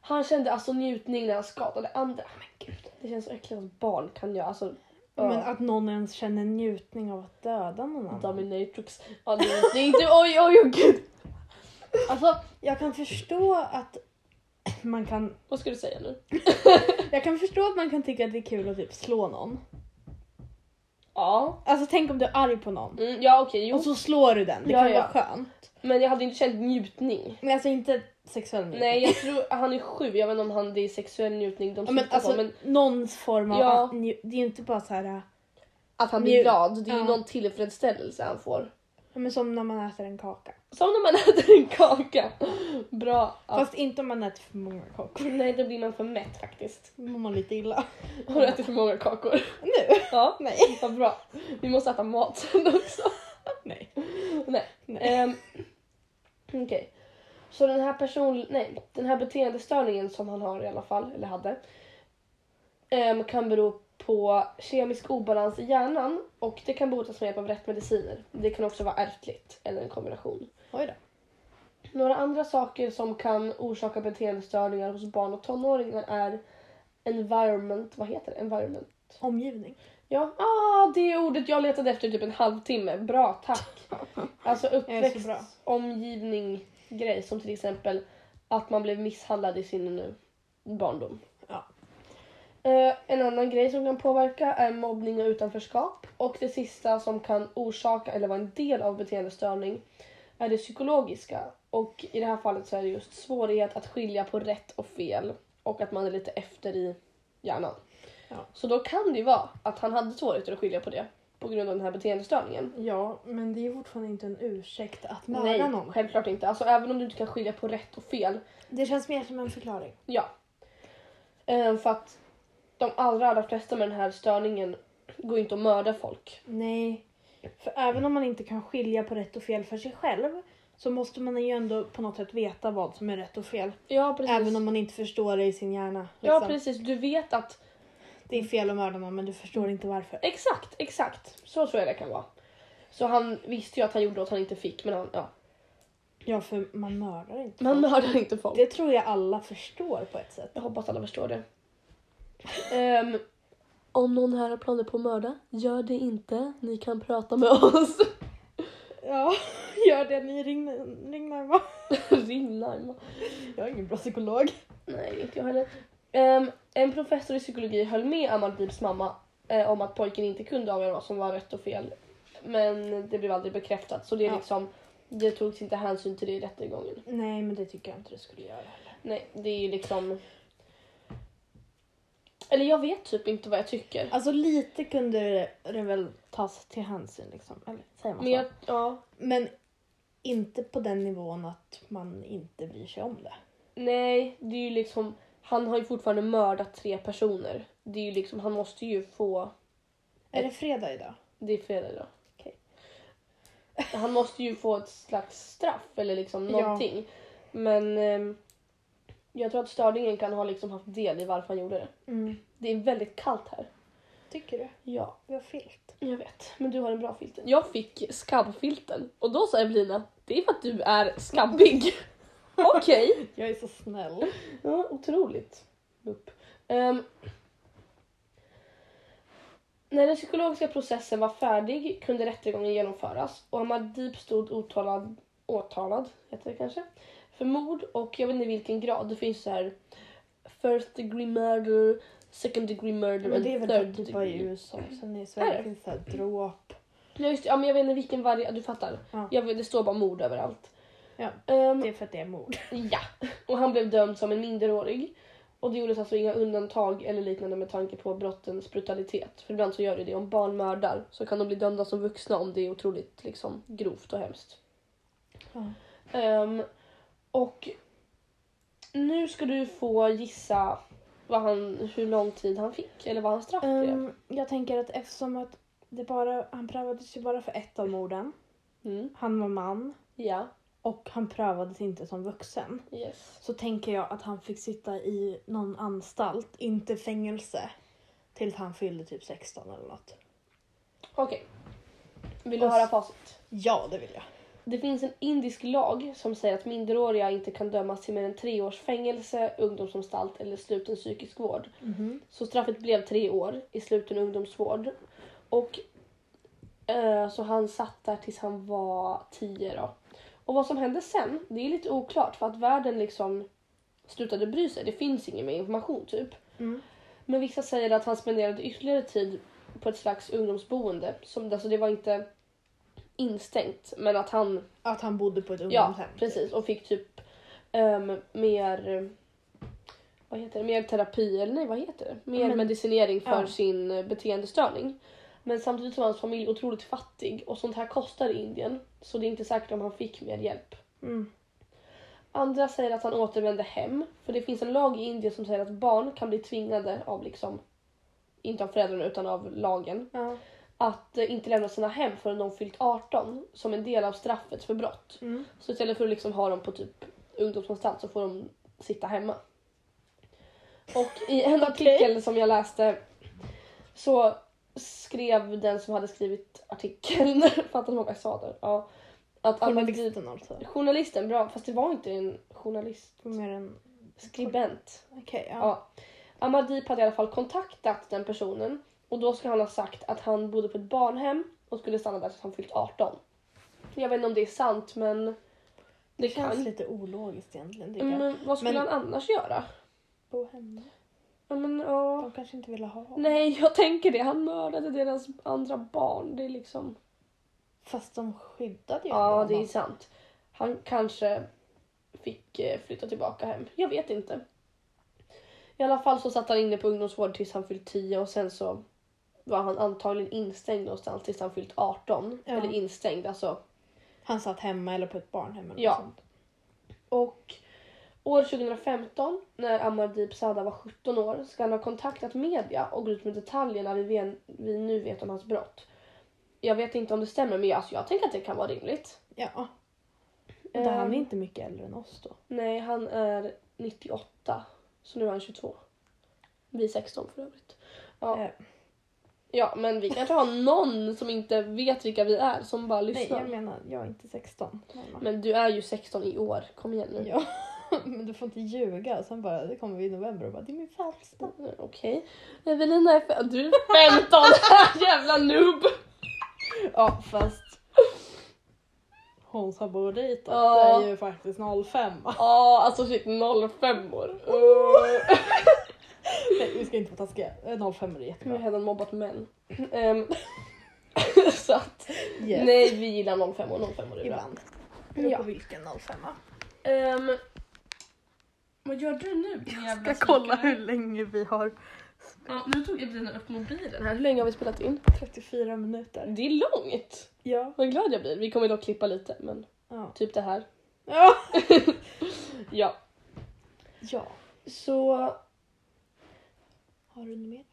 Han kände alltså njutning när han skadade andra. Men gud, det känns verkligen att barn kan göra. Alltså,
Men
ja,
att någon ens känner njutning av att döda någon annan.
dominatrix. Ja, det, är- det är inte... Oj, oj, oj, gud! Alltså,
Jag kan förstå att man kan...
vad ska du säga nu?
Jag kan förstå att man kan tycka att det är kul att typ slå någon.
Ja,
Alltså tänk om du är arg på någon.
mm, ja okej, jo.
Och så slår du den. Det
Ja,
kan
ja.
vara skönt.
Men jag hade inte känt njutning.
Men alltså inte sexuell njutning.
Nej, jag tror han är sju. Jag vet inte om han, det är sexuell njutning de
Ja, men
siktar
alltså
på. Men
någon form av...
Ja.
att nju- Det är ju inte bara så här... äh,
att han
Njut-
blir glad, det är ju
ja.
någon tillfredsställelse han får.
ja, Men som när man äter en kaka.
Som när man äter en kaka. Bra. Ja.
Fast inte om man äter för många kakor.
Nej, då blir man för mätt faktiskt.
Då mår man lite illa.
Har du ätit för många kakor?
Nu?
Ja,
Nej.
vad bra. Vi måste äta mat sen också.
Nej.
Nej.
Nej.
Ehm, Okej. Så den här person, nej, den här beteendestörningen som han har i alla fall, eller hade, ehm, kan bero på kemisk obalans i hjärnan och det kan botas med hjälp av rätt mediciner. Det kan också vara ärftligt eller en kombination.
Oj då.
Några andra saker som kan orsaka beteendestörningar hos barn och tonåringar är environment, vad heter det? Environment?
Omgivning.
Ja, ah, det är ordet jag letade efter i typ en halvtimme. Bra, tack. Alltså
är så bra.
uppväxt, omgivning, grej som till exempel att man blev misshandlad i sin eh, barndom.
Ja.
Eh, en annan grej som kan påverka är mobbning och utanförskap. Och det sista som kan orsaka eller vara en del av beteendestörning är det psykologiska. Och i det här fallet så är det just svårighet att skilja på rätt och fel och att man är lite efter i hjärnan.
Ja.
Så då kan det ju vara att han hade svårigheter att skilja på det på grund av den här beteendestörningen.
Ja, men det är fortfarande inte en ursäkt att mörda
Nej,
någon.
självklart inte. Alltså även om du inte kan skilja på rätt och fel.
Det känns mer som en förklaring.
Ja. Ehm, för att de allra, allra flesta med den här störningen går ju inte att mörda folk.
Nej. För även om man inte kan skilja på rätt och fel för sig själv så måste man ju ändå på något sätt veta vad som är rätt och fel.
Ja, precis.
Även om man inte förstår det i sin hjärna.
Ja,
liksom.
precis. Du vet att
Det är fel att mörda någon men du förstår inte varför.
Exakt, exakt. Så tror jag det kan vara. Så han visste ju att han gjorde något han inte fick, men han, ja.
Ja, för man mördar inte.
Man mördar inte folk.
Det tror jag alla förstår på ett sätt.
Jag hoppas alla förstår det. Ehm, om någon här har planer på att mörda, gör det inte. Ni kan prata med oss.
Ja, gör det. Ni ring, ring närmare.
Ring Naima.
Jag är ingen bra psykolog.
Nej, inte jag heller. Ehm, en professor i psykologi höll med Amaldeeps mamma eh, om att pojken inte kunde avgöra vad som var rätt och fel. Men det blev aldrig bekräftat, så det, är
Ja.
liksom, det togs inte hänsyn till det i rättegången.
Nej, men det tycker jag inte du skulle göra.
Nej, det är ju liksom... Eller jag vet typ inte vad jag tycker.
Alltså lite kunde det väl tas till hänsyn liksom. Eller säger man
Men
så?
jag, ja,
Men inte på den nivån att man inte bryr sig om det.
nej, det är ju liksom... Han har ju fortfarande mördat tre personer. Det är ju liksom, han måste ju få...
Är det fredag idag?
Det är fredag idag.
Okej.
Han måste ju få ett slags straff eller liksom
Ja.
någonting. Men ehm, jag tror att störningen kan ha liksom haft del i varför han gjorde det.
Mm.
Det är väldigt kallt här.
Tycker du?
Ja,
Vi har filt.
Jag vet, men du har en bra filter. Jag fick skabbfilten och då sa Evelina, det är för att du är skabbig. Okej.
Jag är så snäll.
Ja, otroligt. Upp. Ehm. när den psykologiska processen var färdig kunde rättegången genomföras och Amadip stod åtalad, åtalad heter det kanske, för mord och jag vet inte vilken grad. Det finns så här first degree murder, second degree murder
Men det är
and
väl
third
typ bara
degree.
i USA. Sen i
Är
Sverige
det?
finns det här dråp.
Ja, just, det. ja men jag vet inte vilken varje, du fattar.
Ja.
Jag vet, det står bara mord överallt.
Ja,
Ehm,
det är för att det är mord.
Ja, och han blev dömd som en minderårig. Och det gjordes alltså inga undantag eller liknande med tanke på brottens brutalitet. För ibland så gör det det. Om barn mördar så kan de bli dömda som vuxna om det är otroligt liksom, grovt och hemskt.
Ja.
Ehm, och nu ska du få gissa vad han, hur lång tid han fick eller vad hans straff blev.
Ehm, jag tänker att eftersom att det bara, han prövades ju bara för ett av morden.
Mm,
Han var man.
ja.
och han prövades inte som vuxen
Yes.
så tänker jag att han fick sitta i någon anstalt, inte fängelse, tills han fyllde typ 16 eller något.
Okej. Vill du
Och-
höra facit?
Ja, det vill jag.
Det finns en indisk lag som säger att minderåriga inte kan dömas till mer än tre års fängelse, ungdomsanstalt eller sluten psykisk vård. Så straffet blev tre år i sluten ungdomsvård. Och eh, så han satt där tills han var tio då. Och vad som hände sen, det är lite oklart för att världen liksom slutade bry sig. Det finns ingen mer information typ.
Mm.
Men vissa säger att han spenderade ytterligare tid på ett slags ungdomsboende. Som, alltså det var inte instängt men att han
Att han bodde på ett
Ja,
ungdomshem.
precis. Och fick typ ehm, mer... Vad heter det? Mer terapi, eller nej vad heter det? Mer
Men-
medicinering för
ja.
sin eh, beteendestörning. Men samtidigt så var hans familj otroligt fattig och sånt här kostar i Indien. Så det är inte säkert om han fick mer hjälp.
Mm.
Andra säger att han återvände hem. För det finns en lag i Indien som säger att barn kan bli tvingade av liksom, inte av föräldrarna utan av lagen,
Ja.
att eh, inte lämna sina hem förrän de fyllt 18 som en del av straffet för brott.
Mm.
Så istället för att liksom ha dem på typ ungdomsanstalt så får de sitta hemma. Och i en artikel som jag läste så skrev den som hade skrivit artikeln, fattar ni vad jag sa där? Ja, att Ahmadinejad...
Journalisten alltså.
Journalisten, bra, fast det var inte en journalist.
Mer än...
Skribent.
Okej, ja.
Ja. Ahmadip hade i alla fall kontaktat den personen och då ska han ha sagt att han bodde på ett barnhem och skulle stanna där tills han fyllt 18. Jag vet inte om det är sant men det,
Det
kan
känns lite ologiskt egentligen. tycker jag.
Men vad skulle
Men-
han annars göra?
Bo hemma.
Ja, Men, ja.
De kanske inte ville ha honom.
Nej, jag tänker det. Han mördade deras andra barn. Det är liksom...
Fast de skyddade ju
Ja,
ändå
det är
honom.
sant. Han kanske fick eh, flytta tillbaka hem. Jag vet inte. I alla fall så satt han inne på ungdomsvård tills han fyllt 10 och sen så var han antagligen instängd någonstans tills han fyllt 18.
Ja.
Eller instängd, alltså
Han satt hemma eller på ett barnhem eller
Ja.
något sånt.
Och år 2015, när Amardeep Sada var 17 år, ska han ha kontaktat media och gå ut med detaljerna vi, ven, vi nu vet om hans brott. Jag vet inte om det stämmer, men jag, alltså, jag tänker att det kan vara rimligt.
Ja. Men han
Ehm,
är inte mycket äldre än oss då.
Nej, han är 98, så nu är han 22. Vi är 16 för övrigt. Ja,
Eh,
ja men vi kanske har någon som inte vet vilka vi är som bara
nej,
lyssnar.
jag menar, jag är inte 16. mamma.
Men du är ju 16 i år, kom igen nu.
Ja, men du får inte ljuga. Och Sen bara, det kommer vi i november och bara, det är min födelsedag.
Okej. Evelina är fe- du är 15! Jävla noob!
Ja, fast hons har bordet
Ja.
är ju faktiskt 05.
Ja, alltså shit 05 år. Oh.
Nej, vi ska inte vara taskiga. Eh, 05
Nu har
är jättebra.
Heddan mobbat män. Ehm, så att,
Yes.
nej vi gillar 05 år, 05 år är bra.
Ibland.
Beror på
vilken 05.
Ehm, vad gör du nu? din jävla snickare?
länge vi har.
Ja, nu tog Evelina upp mobilen här. Hur länge har vi spelat in?
34 minuter.
Det är långt!
Ja.
Vad glad jag blir. Vi kommer dock klippa lite, men
Ja.
typ det här.
Ja.
Ja.
ja.
Så
Har du något mer?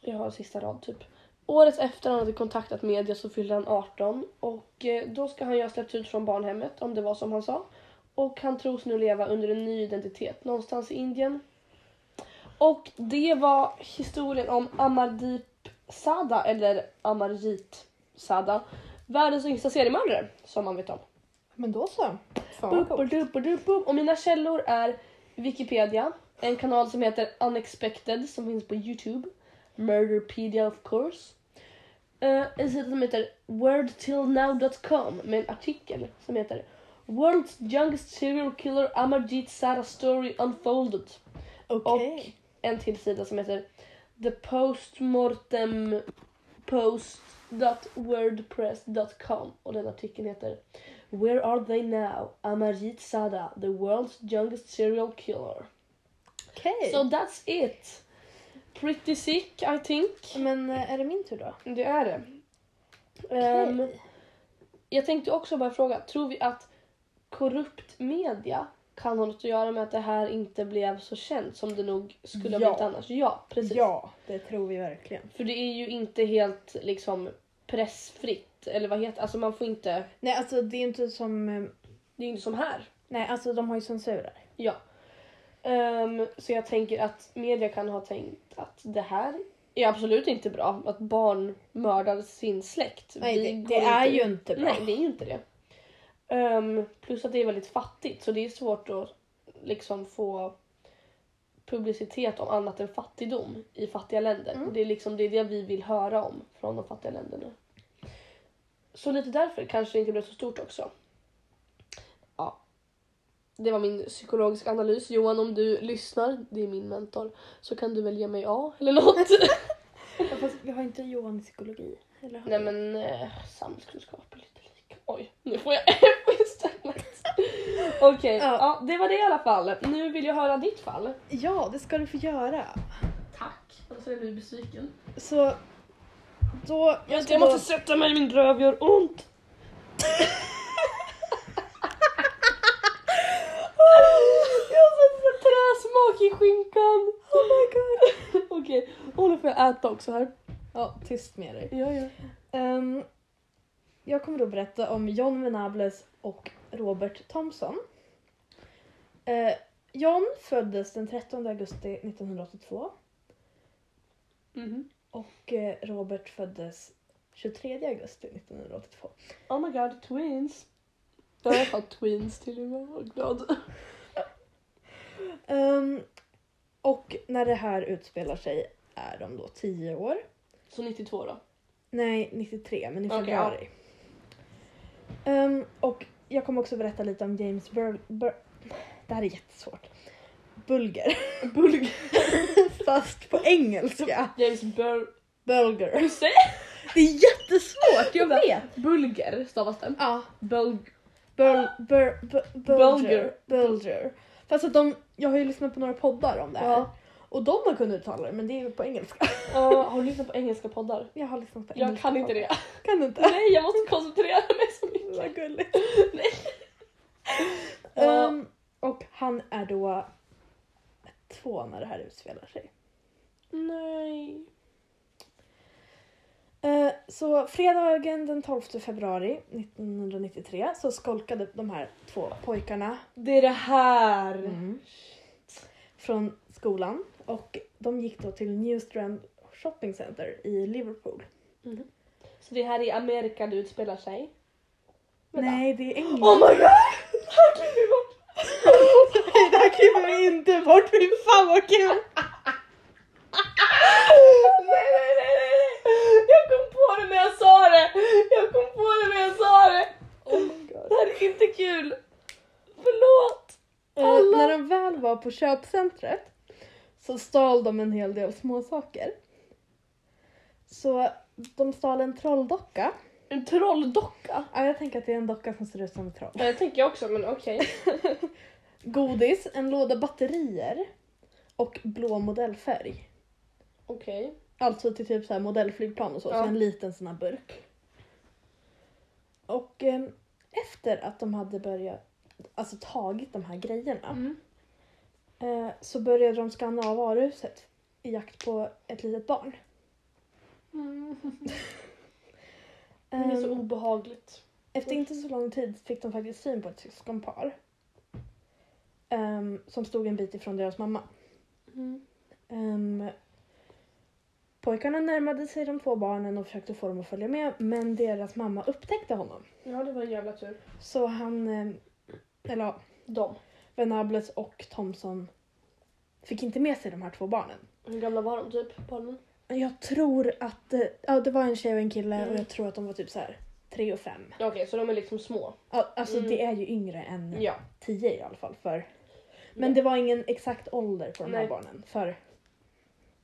Jag har sista rad typ. Året efter han hade kontaktat media så fyllde han 18 och eh, då ska han ju ha släppts ut från barnhemmet om det var som han sa. Och han tros nu leva under en ny identitet någonstans i Indien. Och det var historien om Amardeep Sada eller Amarjit Sada. Världens yngsta seriemördare som man vet om.
Men då så. Fan vad
Bup,
coolt.
bup, bup, bup, bup. Och mina källor är Wikipedia, en kanal som heter Unexpected som finns på Youtube, Murderpedia of course. Eh, en sida som heter wordtillnow.com med en artikel som heter World's youngest serial killer Amarjit Sara story unfolded.
Okej.
En till sida som heter The Postmortem Post.wordpress.com och den artikeln heter Where are they now? Amarjit Sada, the world's youngest serial killer.
Okej.
So that's it. Pretty sick I think.
Men eh, är det min tur då?
Det är det. Ehm,
Okej.
jag tänkte också bara fråga, tror vi att korrupt media kan ha något att göra med att det här inte blev så känt som det nog skulle ha
Ja.
blivit annars? Ja, precis.
Ja, det tror vi verkligen.
För det är ju inte helt liksom pressfritt. Eller vad heter Alltså man får inte...
Nej, alltså det är inte som eh,
Det är ju inte som här.
Nej, alltså de har ju censurer.
Ja. Ehm, så jag tänker att media kan ha tänkt att det här är absolut inte bra. Att barn mördar sin släkt.
Nej,
Vi
det,
går
det är
inte
ju inte bra.
Nej, det är ju inte det. Ehm, plus att det är väldigt fattigt så det är svårt att liksom få publicitet om annat än fattigdom i fattiga länder.
Mm.
Och det är liksom det, är det vi vill höra om från de fattiga länderna. Så lite därför kanske det inte blev så stort också. Ja. Det var min psykologiska analys. Johan, om du lyssnar, det är min mentor, så kan du väl ge mig A eller något.
Ja, Fast vi har inte Johan i psykologi. Eller har
Nej
vi?
men eh, samhällskunskap är lite lik. Oj, nu får jag F istället. Okej, ja.
Ja.
det var det i alla fall. Nu vill jag höra ditt fall.
Ja, det ska du få göra.
Tack. Alltså jag blir besviken.
Så då...
Jag, jag måste sätta mig, min röv gör ont. jag har sån sån träsmak i skinkan. Oh my god. Okej, och nu får jag äta också här.
Ja, tyst med dig.
Ja, ja.
Ehm, jag kommer då berätta om John Venables och Robert Thompson. Eh, John föddes den 13 augusti 1982
Mhm.
och eh, Robert föddes 23 augusti 1982.
Oh my god, twins. Jag har fått twins till och med, jag var glad.
Ehm, och när det här utspelar sig är de då 10 år.
Så 92 då.
Nej, 93, men i
Okej,
februari. Ehm, och jag kommer också berätta lite om James Bur... Bur- det här är jättesvårt. Bulger.
Bulg...
Fast på engelska.
James Bur...
Bulger.
Hur säger
Det är jättesvårt, jag
Vänta.
vet.
Bulger stavas den.
Ja,
Bulg...
bul, bur, bu-
Bulger.
bulger. Bulger. Fast att de, jag har ju lyssnat på några poddar om det här.
Ja.
Och de har kunnat uttala det, men det är ju på engelska.
Ja, har du lyssnat på engelska poddar?
Jag har lyssnat på
Jag
engelska
kan inte det.
poddar. Kan du inte?
Nej, jag måste koncentrera mig så mycket.
Vad gulligt.
Ja.
Ehm, och han är då två när det här utspelar sig.
Nej.
Eh, så fredagen den 12 februari 1993 så skolkade de här två pojkarna
Det är det här.
Mm. från skolan och de gick då till Newstrand Shopping Center i Liverpool.
Så det här är Amerika det utspelar sig? Vänta.
Nej, det är England.
Oh my god! Det här klipper vi bort.
det här klipper vi inte bort, fy fan vad kul!
Nej, nej, nej, nej, nej. Jag kom på det när jag sa det. Jag kom på det när jag sa det.
Oh my god.
Det här är inte kul. Förlåt. Alla-
Eh, när de väl var på köpcentret så stal de en hel del småsaker. Så de stal en trolldocka.
En trolldocka.
Ja, jag tänker att det är en docka som ser ut som ett troll.
Ja, det tänker jag också, men okej.
Godis, en låda batterier och blå modellfärg.
Okej.
Alltså till typ så här modellflygplan och så,
Ja.
så en liten sån här burk. Och eh, efter att de hade börjat, alltså tagit de här grejerna
Mm.
eh, så började de skanna av varuhuset i jakt på ett litet barn.
Det är så
Ehm,
obehagligt.
Efter inte så lång tid fick de faktiskt syn på ett syskonpar. ehm, som stod en bit ifrån deras mamma. Mm. Ehm, pojkarna närmade sig de två barnen och försökte få dem att följa med men deras mamma upptäckte honom.
Ja, det var en jävla tur.
Så han, ehm, eller ja,
De.
Venables och Thomson fick inte med sig de här två barnen.
Hur gamla var de typ? Barnen?
Jag tror att, eh, ja det var en tjej och en kille
Mm.
och jag tror att de var typ så här tre och fem.
Ja, Okej, så de är liksom små.
Ja, alltså
Mm.
det är ju yngre än
Ja.
tio i alla fall för
Ja.
Men det var ingen exakt ålder på de
Nej.
här barnen. För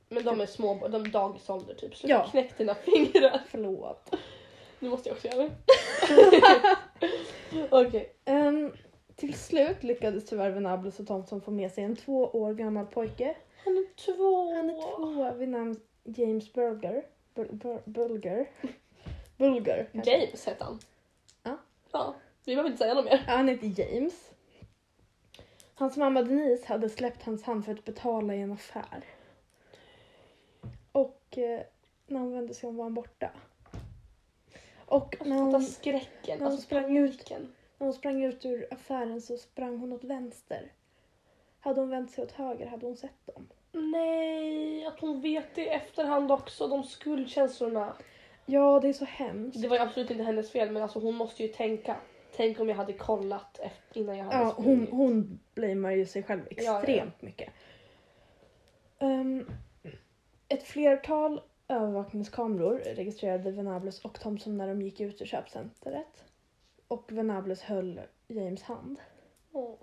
Men de är små, de är dagisålder typ. Så
Ja.
knäck dina fingrar.
förlåt.
Nu måste jag också göra det. Okej.
Ehm, till slut lyckades tyvärr Venables och Thompson få med sig en två år gammal pojke.
Han är två.
Han är två vid namn James Bulger. Bul- Bul- Bulger. Bulger. kanske.
James hette han.
Ja.
Ja. Vi behöver inte säga något mer.
Ja, Han heter James. Hans mamma Denise hade släppt hans hand för att betala i en affär. Och eh, när hon vände sig om var han borta. Och när
Fatta
hon
skräcken.
när hon
Alltså
sprang ut
paniken.
När hon sprang ut ur affären så sprang hon åt vänster. Hade hon vänt sig åt höger hade hon sett dem.
Nej, att hon vet det i efterhand också. De skuldkänslorna.
Ja, det är så hemskt.
Det var ju absolut inte hennes fel men alltså hon måste ju tänka. Tänk om jag hade kollat efter- innan jag hade
Ja, hon,
sprungit.
hon blamear ju sig själv
Ja, ja.
extremt mycket. Ehm, ett flertal övervakningskameror registrerade Venables och Thompson när de gick ut ur köpcentret. Och Venables höll James hand.
Mm.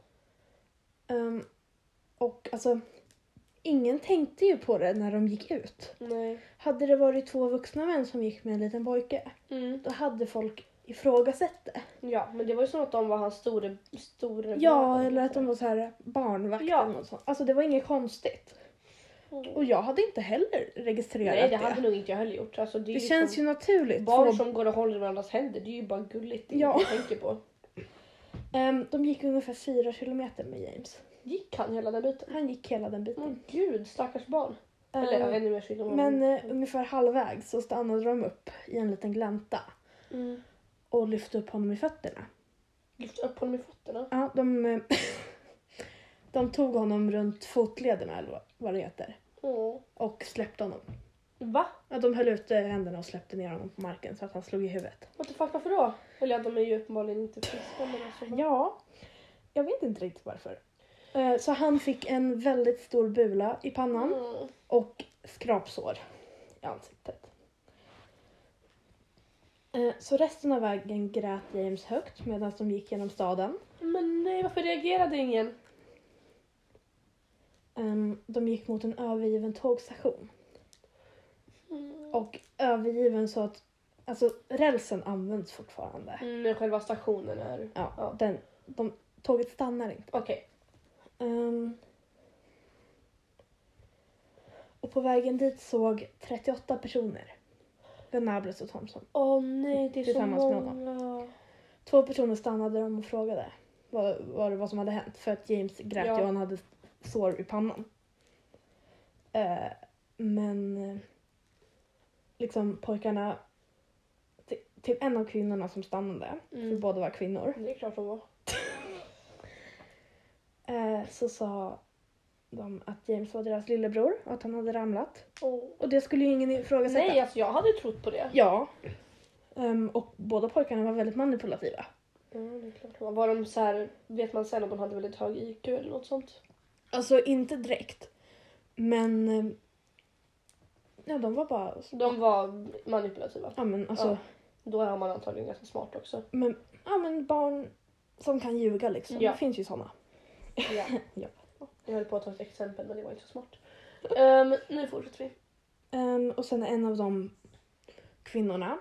Ehm, och alltså, ingen tänkte ju på det när de gick ut.
Nej.
Hade det varit två vuxna män som gick med en liten pojke,
Mm.
då hade folk ifrågasatt det.
Ja, men det var ju som att de var hans store, store
Ja, eller att de var så här barnvakt
Ja.
eller något sånt. Alltså det var inget konstigt.
Mm.
Och jag hade inte heller registrerat
Nej, det
det.
hade nog inte jag heller gjort. Alltså, det är
Det känns
som
ju naturligt.
barn
Två-
som går och håller i varandras händer, det är ju bara gulligt. Det är
Ja.
ja. jag tänker på.
Ehm, de gick ungefär fyra kilometer med James.
Gick han hela den biten?
Han gick hela den biten.
Åh gud, stackars barn. Mm. Eller
Ehm,
ja, ännu mer synd om
men
honom.
eh, ungefär halvvägs så stannade de upp i en liten glänta
Mm.
och lyfte upp honom i fötterna.
Lyft upp honom i fötterna.
Ja, de, eh, de tog honom runt fotlederna eller vad- vad det heter
Åh.
och släppte honom.
Va?
Ja, de höll ute händerna och släppte ner honom på marken så att han slog i huvudet.
What the fuck, varför då? Eller ja, de är ju uppenbarligen inte friska men alltså.
Ja, jag vet inte riktigt varför. Eh, Så han fick en väldigt stor bula i pannan
Mm.
och skrapsår i ansiktet. Eh, Så resten av vägen grät James högt medan de gick genom staden.
Mm. Men nej, varför reagerade ingen?
Ehm, De gick mot en övergiven tågstation
Mm.
och övergiven så att alltså rälsen används fortfarande.
Mm, själva stationen är...
Ja,
Ja.
den, de, tåget stannar inte.
Okej.
Ehm. och på vägen dit såg 38 personer Venables och Thompson.
Åh nej, det är så
Tillsammans med
många.
Två personer stannade dem och frågade vad, vad, det var som hade hänt för att James grät
Ja.
ju och han hade sår i pannan. Eh, men eh, liksom pojkarna till, till en av kvinnorna som stannade, för
Mm.
båda var kvinnor,
Det är klart de var.
eh, så sa de att James var deras lillebror och att han hade ramlat.
Åh.
Och det skulle ju ingen ifrågasätta.
Nej, alltså jag hade trott på det.
Ja. Ehm, och båda pojkarna var väldigt manipulativa.
Ja, det är klart. de var. Var de så här, vet man sen om de hade väldigt hög IQ eller något sånt?
Alltså inte direkt. Men... ehm, Ja, de var bara...
De var manipulativa.
Ja, men alltså...
Ja. Då är man antagligen ganska smart också.
Men, ja, men barn som kan ljuga liksom.
Ja.
Det finns ju såna.
Ja.
Ja.
Jag höll på att ta ett exempel men det var inte så smart. Ehm, nu fortsätter vi.
Ehm, och sen en av de kvinnorna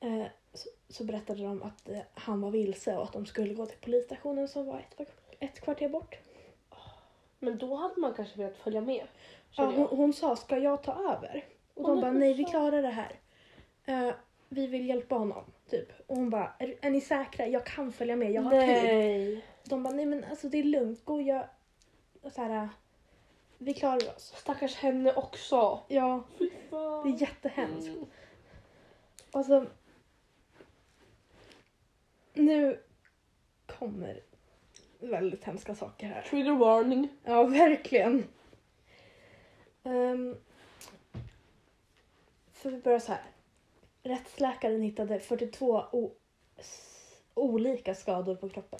eh, så, så berättade de att eh, han var vilse och att de skulle gå till polisstationen som var ett, ett kvarter bort.
Men då hade man kanske velat följa med.
Ja,
känner
hon,
jag.
hon sa, ska jag ta över? Och de
Åh,
bara,
men
nej vi
fan."
klarar det här. Eh, vi vill hjälpa honom, typ. Och hon bara, är, är ni säkra? Jag kan följa med, jag har tid.
Nej.
De bara, nej men alltså det är lugnt, gå och gör... Så här, eh, vi klarar oss.
Stackars henne också.
Ja,
Fy
det
fan.
är jättehemskt.
Mm.
Alltså... Nu kommer väldigt hemska saker här.
Trigger warning.
Ja, verkligen. Ehm, så vi börjar så här. Rättsläkaren hittade 42 o- s- olika skador på kroppen.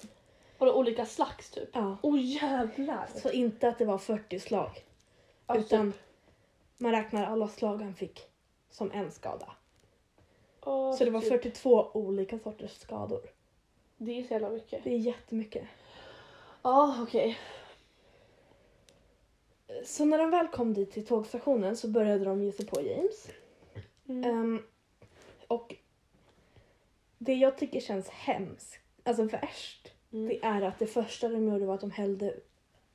Var det olika slags typ?
Ja.
Åh jävlar.
Så inte att det var 40 slag,
Alltså,
utan man räknar alla slag han fick som en skada.
åh,
Så det var
typ.
42 olika sorters skador.
Det är så jävla mycket.
Det är jättemycket.
Ja, okej.
Så när de väl kom dit till tågstationen så började de ge sig på James.
Mm.
Ehm, och det jag tycker känns hemskt, alltså värst,
Mm.
det är att det första de gjorde var att de hällde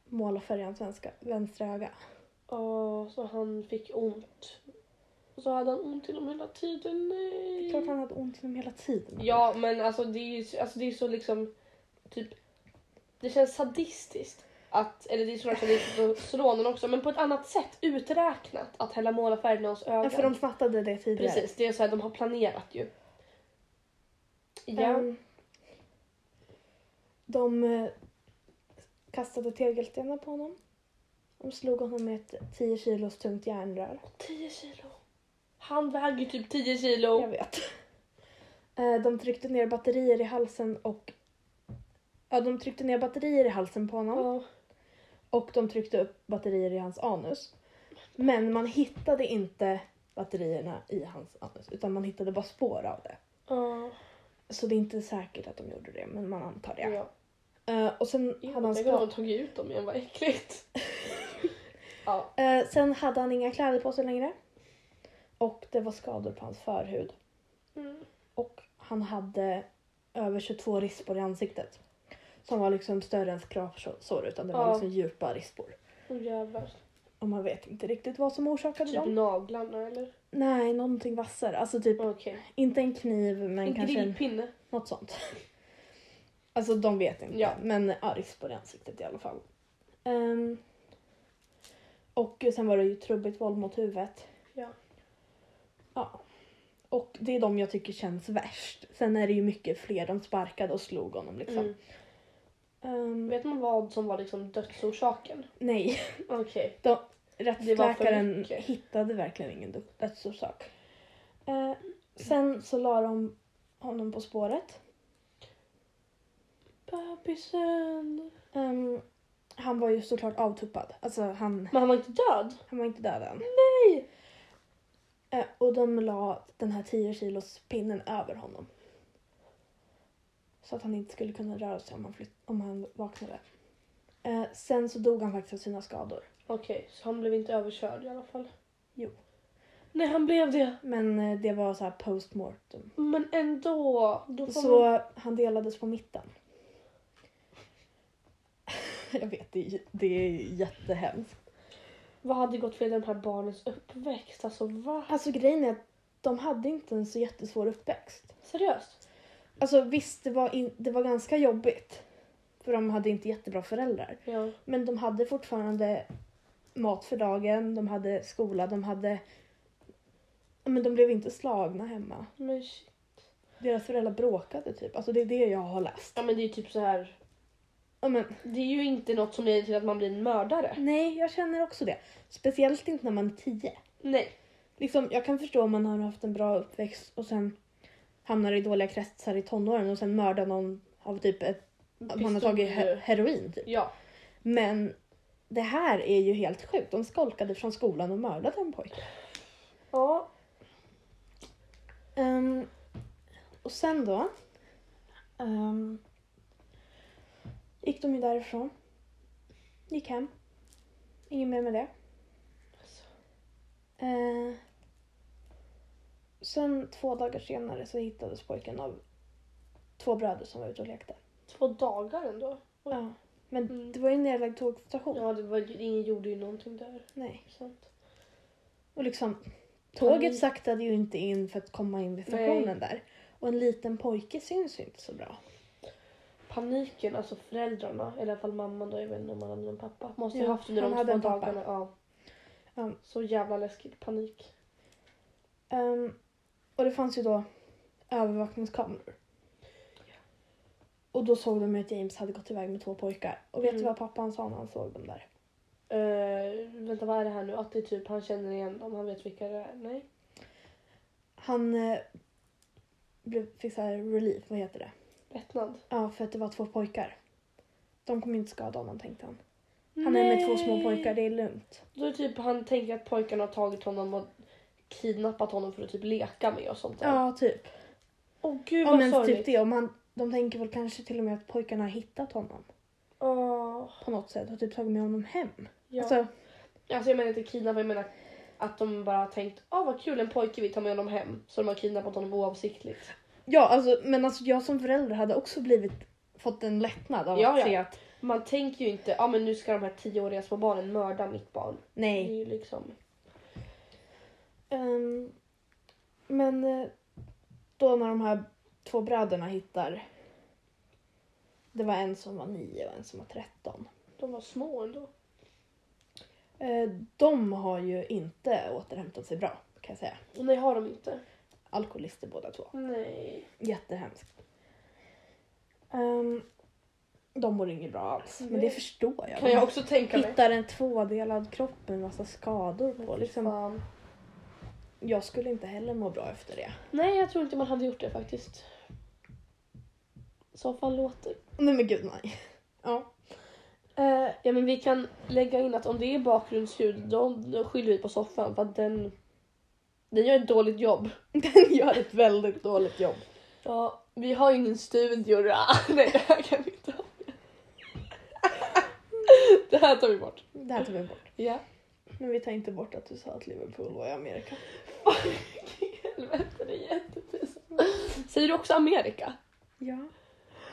målarfärgen svenska, vänstra öga.
Åh, så han fick ont. Och så hade han ont genom hela tiden.
Det är
Nej.
klart han hade ont genom hela tiden.
Mm. Ja, men alltså det är ju alltså, det är så liksom typ. Det känns sadistiskt att eller det är såklart sadistiskt att slå någon också, men på ett annat sätt uträknat att hälla målarfärg i någons ögon.
Ja, för de fattade det tidigare.
Precis, det är så här de har planerat ju. Ja,
Ehm, De eh, kastade tegelstenar på honom. De slog honom med ett 10 kilos tungt järnrör.
10 kilo. Han väger ju typ 10 kilo.
Jag vet. Eh, De tryckte ner batterier i halsen och... Ja, de tryckte ner batterier i halsen på honom.
Ja.
Och de tryckte upp batterier i hans anus. Men man hittade inte batterierna i hans anus utan man hittade bara spår av det.
Ja.
Så det är inte säkert att de gjorde det, men man antar det.
Ja.
Eh, och sen hade, han
Tänk om de
ska-
hade tagit ut dem igen, vad äckligt. ja.
eh, sen hade han inga kläder på sig längre. Och det var skador på hans förhud.
Mm.
Och han hade över 22 rispor i ansiktet. Som var liksom större än skrapsår utan det var
Ja.
liksom djupa rispor.
Åh jävlar.
Och man vet inte riktigt vad som orsakade
Typ
dem.
naglarna eller?
Nej, någonting vassare. Alltså typ
Okej.
Inte en kniv, men
En
kanske en,
grillpinne.
något sånt. Alltså de vet inte,
Ja.
men ja, rispor i ansiktet i alla fall. Ehm, och sen var det ju trubbigt våld mot huvudet.
Ja.
Ja. Och det är de jag tycker känns värst. Sen är det ju mycket fler. De sparkade och slog honom liksom.
Mm.
Ehm,
Vet man vad som var liksom dödsorsaken?
nej,
Okej.
rättsläkaren
mycket.
hittade verkligen ingen dö- dödsorsak. Ehm, sen så la de honom på spåret.
Bebisen.
Ehm, han var ju såklart avtuppad. Alltså han,
Men han var inte död?
han var inte död än. Nej! och de la den här 10 kilos pinnen över honom. Så att han inte skulle kunna röra sig om han, flytt- om han vaknade. Eh, sen så dog han faktiskt av sina skador.
Okej, så han blev inte överkörd i alla fall?
Jo.
Nej, han blev det.
Men eh, det var så här post mortem.
Men ändå. Då får
Så
man...
han delades på mitten. Jag vet, det är, det är jättehemskt.
Vad hade gått fel i de här barnens uppväxt? Alltså va?
Alltså grejen är att de hade inte en så jättesvår uppväxt.
Seriöst?
Alltså visst, det var, in, det var ganska jobbigt. För de hade inte jättebra föräldrar.
Ja.
Men de hade fortfarande mat för dagen, de hade skola, de hade... Ja, Men de blev inte slagna hemma.
Men shit.
Deras föräldrar bråkade typ. Alltså det är det jag har läst.
Ja men det är ju typ så här.
Ja, men,
Det är ju inte något som leder till att man blir en mördare.
nej, jag känner också det. Speciellt inte när man är tio.
Nej.
Liksom, jag kan förstå om man har haft en bra uppväxt och sen hamnar i dåliga kretsar i tonåren och sen mördar någon av typ ett, att man har tagit he- heroin typ.
Ja.
Men det här är ju helt sjukt. De skolkade från skolan och mördade en pojke.
Ja.
Ehm, och sen då ehm, gick de ju därifrån. Gick hem. Inget mer med det. Eh, sen två dagar senare så hittades pojken av två bröder som var ute och lekte.
Två dagar ändå.
Ja, men
Mm.
det var ju en nedlagd tågstation.
Ja, det var, ju- ingen gjorde ju någonting där.
Nej.
Sant.
Och liksom, tåget
Panik.
saktade ju inte in för att komma in vid stationen där. Och en liten pojke syns ju inte så bra.
Paniken, alltså föräldrarna, eller i alla fall mamman då, jag vet inte om han hade någon pappa. Måste ju
Ja,
haft under de
han hade
två
en pappa.
dagarna. Ja.
Ja.
Så jävla läskigt. Panik.
Ehm, och det fanns ju då övervakningskameror. Och då såg de ju att James hade gått iväg med två pojkar. Och vet du
Mm.
vad pappan sa när han såg dem där?
Eh, vänta, vad är det här nu? Att det är typ han känner igen dem, han vet vilka det är. Nej.
Han eh, blev, fick så här relief, vad heter det?
Lättnad.
Ja, för att det var två pojkar. De kommer inte skada honom tänkte han. Han är med två små pojkar, det är lugnt.
Då är det typ han tänker att pojkarna har tagit honom och kidnappat honom för att typ leka med och sånt där.
Ja, typ.
Åh gud
Ja
vad
men typ
sorgligt.
det. Om han, de tänker väl kanske till och med att pojkarna har hittat honom
Åh,
på något sätt och typ tagit med honom hem.
ja. alltså,
Alltså,
jag menar inte kidnappa, jag menar att de bara har tänkt ah vad kul en pojke vi tar med honom hem. Så de har kidnappat honom oavsiktligt.
ja, alltså, men alltså, jag som förälder hade också blivit, fått en lättnad av
Ja,
att
ja.
se att
Man tänker ju inte ah men nu ska de här tioåriga små barnen mörda mitt barn. Det är
nej.
ju liksom...
Ehm, men eh, då när de här två bröderna hittar det var en som var nio och en som var tretton.
De var små ändå.
Eh, De har ju inte återhämtat sig bra kan jag säga.
Nej har de inte.
Alkoholister båda två.
Nej.
Jättehemskt. Ehm, De mår inget bra alls. Men det
Nej.
förstår jag.
Kan jag också tänka mig.
hittar en tvådelad kropp med en massa skador på. Liksom,
Fan.
jag skulle inte heller må bra efter det.
Nej, jag tror inte man hade gjort det faktiskt. Så fan låter.
Nej men gud nej. Ja.
Eh, ja, men vi kan lägga in att om det är bakgrundsljud, då, då skyller vi på soffan för att den, den gör ett dåligt jobb.
Den gör ett väldigt dåligt jobb.
Ja, vi har ju ingen studio. Ra. Nej, det här kan vi inte ha. Det här tar vi bort.
Det här tar vi bort.
Ja.
Men vi tar inte bort att du sa att Liverpool var i Amerika.
Helvete, det är jättepinsamt. Säger du också Amerika?
Ja.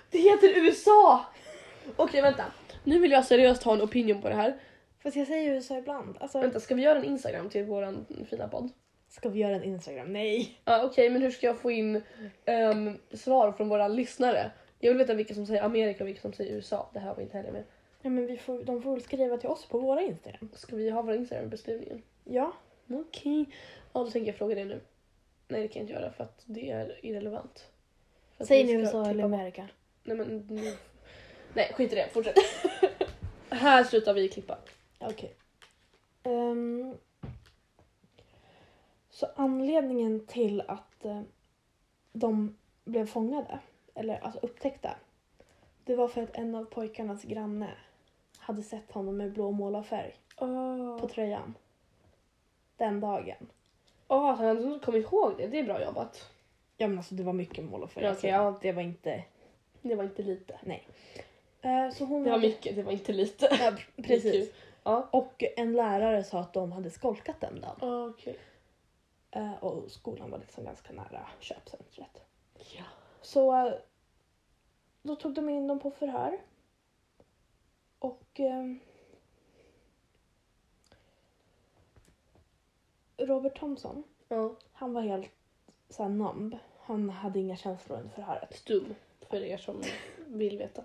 Det heter USA! Okej, vänta. Nu vill jag seriöst ha en opinion på det här.
Fast jag säger USA ibland. Alltså,
Vänta, ska vi göra en Instagram till våran fina podd?
ska vi göra en Instagram? Nej!
Ja, Okej, men hur ska jag få in ehm, svar från våra lyssnare? Jag vill veta vilka som säger Amerika och vilka som säger USA. Det här var inte heller med.
Ja, men vi får, de får väl skriva till oss på våra Instagram.
Ska vi ha vår Instagram i beskrivningen?
Ja.
Okej. Ja, då tänker jag fråga dig nu. Nej, det kan jag inte göra för att det är irrelevant. För att vi
Säg nu
ska klippa
USA eller
bort-
Amerika.
Nej, men... nu- Nej, skit i det. Fortsätt. här slutar vi klippa.
Okej. Ehm, så anledningen till att eh, de blev fångade, eller alltså upptäckta, det var för att en av pojkarnas granne hade sett honom med blå målarfärg på
Åh,
tröjan. Den dagen.
oh. han hade inte kommit ihåg det. Det är bra jobbat.
Ja men alltså det var mycket målarfärg.
Ja,
alltså,
okej, ja.
Det var inte...
Det var inte lite.
Eh, så hon
Det var
hade-
mycket, det var inte lite.
Ja, pr- precis.
Ja.
Och en lärare sa att de hade skolkat den dagen.
Okej.
Eh, och skolan var liksom ganska nära köpcentret.
Ja.
Så eh, då tog de in dem på förhör. Och eh, Robert Thomson,
Ja.
han var helt såhär namb. Han hade inga känslor under förhöret.
Stum, för er som vill veta.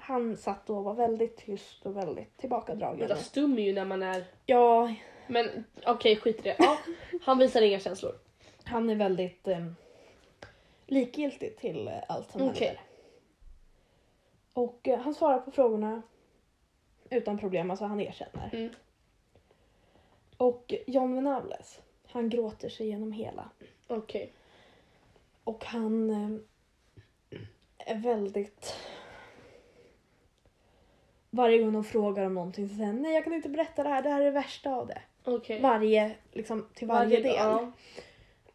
Han satt och var väldigt tyst och väldigt tillbakadragen.
Vänta, stum är ju när man är...
Ja,
Men okej, skit i det. Ja. Han visar inga känslor.
han är väldigt eh, likgiltig till eh, allt som
Okej.
händer. Och eh, han svarar på frågorna utan problem, alltså han erkänner.
Mm.
Och John Venables, han gråter sig genom hela.
Okej.
Och han eh, är väldigt... Varje gång de frågar om någonting så säger han nej jag kan inte berätta det här, det här är det värsta av det.
Okej.
Varje, liksom till varje, del.
Ja.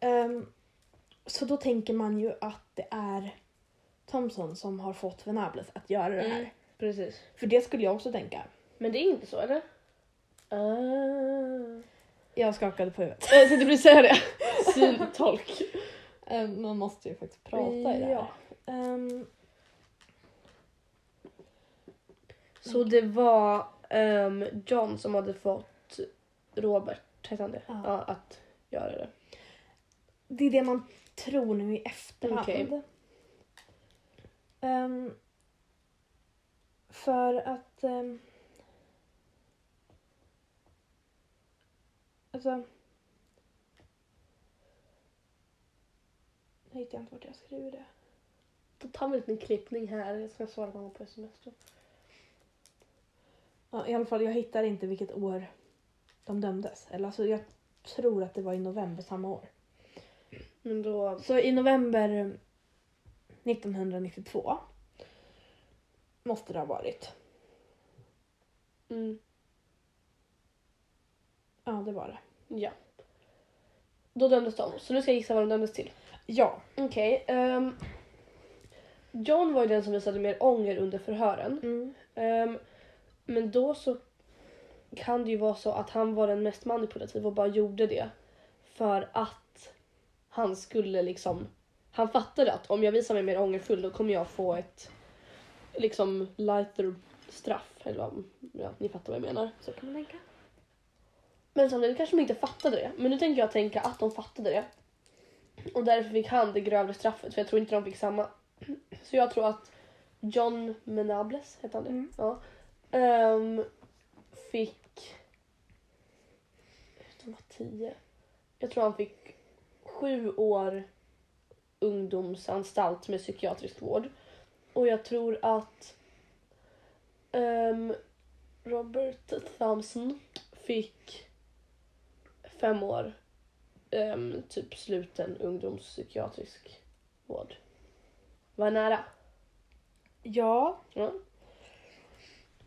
Ehm, så då tänker man ju att det är Thomson som har fått Venables att göra det här.
Mm. Precis.
För det skulle jag också tänka.
Men det är inte så, eller? Ah.
Jag skakade på huvudet.
Jag tänkte precis säga det. Syntolk.
Ehm, man måste ju faktiskt prata i det här.
Ja.
Ehm,
Så det var ehm, John som hade fått Robert, hette han det?
Ja.
Ja, att göra det.
det är det man tror nu i efterhand.
Okej.
Ehm, för att... ehm, alltså... Nu hittar jag inte vart jag skrev det.
Då tar vi en liten klippning här. Jag ska svara mamma på sms. då.
Ja, I alla fall, jag hittar inte vilket år de dömdes. Eller alltså, jag tror att det var i november samma år.
Men då...
Så i november 1992 måste det ha varit.
Mm,
Ja, det var det.
ja. Då dömdes de. Så nu ska jag gissa vad de dömdes till.
Ja.
Okej. ehm, John var ju den som visade mer ånger under förhören. Ehm, men då så kan det ju vara så att han var den mest manipulativa och bara gjorde det för att han skulle liksom... Han fattade att om jag visar mig mer ångerfull då kommer jag få ett liksom lighter straff. Eller vad, ja, ni fattar vad jag menar.
Så kan man tänka.
Men samtidigt kanske de inte fattade det. Men nu tänker jag tänka att de fattade det. Och därför fick han det grövre straffet, för jag tror inte de fick samma. Så jag tror att John Menables, hette han det?
Mm.
Ja. Ehm, fick... De var tio. Jag tror han fick sju år ungdomsanstalt med psykiatrisk vård. Och jag tror att Ehm, Robert Thompson fick fem år ehm, typ sluten ungdomspsykiatrisk vård. Var nära.
Ja,
Ja.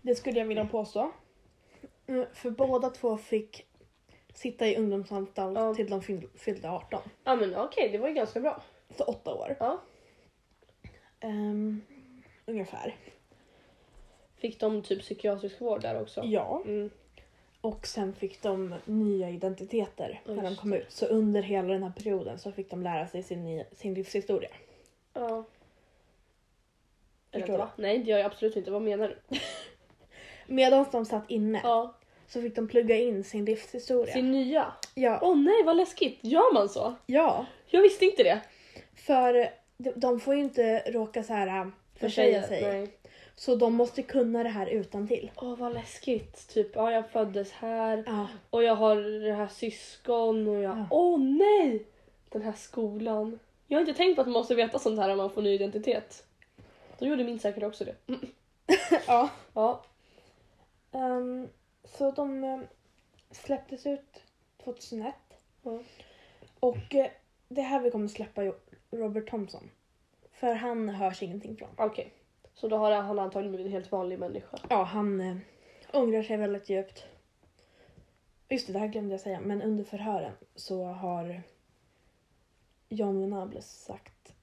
det skulle jag vilja påstå. Mm, För båda två fick sitta i ungdomsanstalt
Ja.
till de fyll- fyllde 18.
Ja men okej, det var ju ganska bra.
Så åtta år.
Ja.
Ehm, ungefär.
Fick de typ psykiatrisk vård där också?
Ja.
Mm.
Och sen fick de nya identiteter
Ja,
när de
just
kom
det.
ut. Så under hela den här perioden så fick de lära sig sin, nya- sin livshistoria.
ja.
Förstår
Eller va? Nej det gör jag absolut inte, vad menar du?
Medan de satt inne
Ja.
så fick de plugga in sin livshistoria.
Sin nya?
Ja.
Åh nej vad läskigt, gör man så?
ja,
Jag visste inte det.
för de- de får ju inte råka så här äh, försäga sig.
Nej.
Så de måste kunna det här utan till.
Åh vad läskigt. Typ, ja jag föddes här
Ja.
och jag har det här syskon och jag...
Ja.
Åh nej! Den här skolan. Jag har inte tänkt på att man måste veta sånt här om man får ny identitet. Då gjorde min säkert också det.
ja.
Ja.
Ehm, så de ehm, släpptes ut 2001.
Ja.
Och eh, det är här vi kommer släppa Jo- Robert Thompson. För han hörs ingenting från.
Okej. Så då har han antagligen blivit en helt vanlig människa.
Ja, han eh, ångrar sig väldigt djupt. Just det, det här glömde jag säga. Men under förhören så har John Venables sagt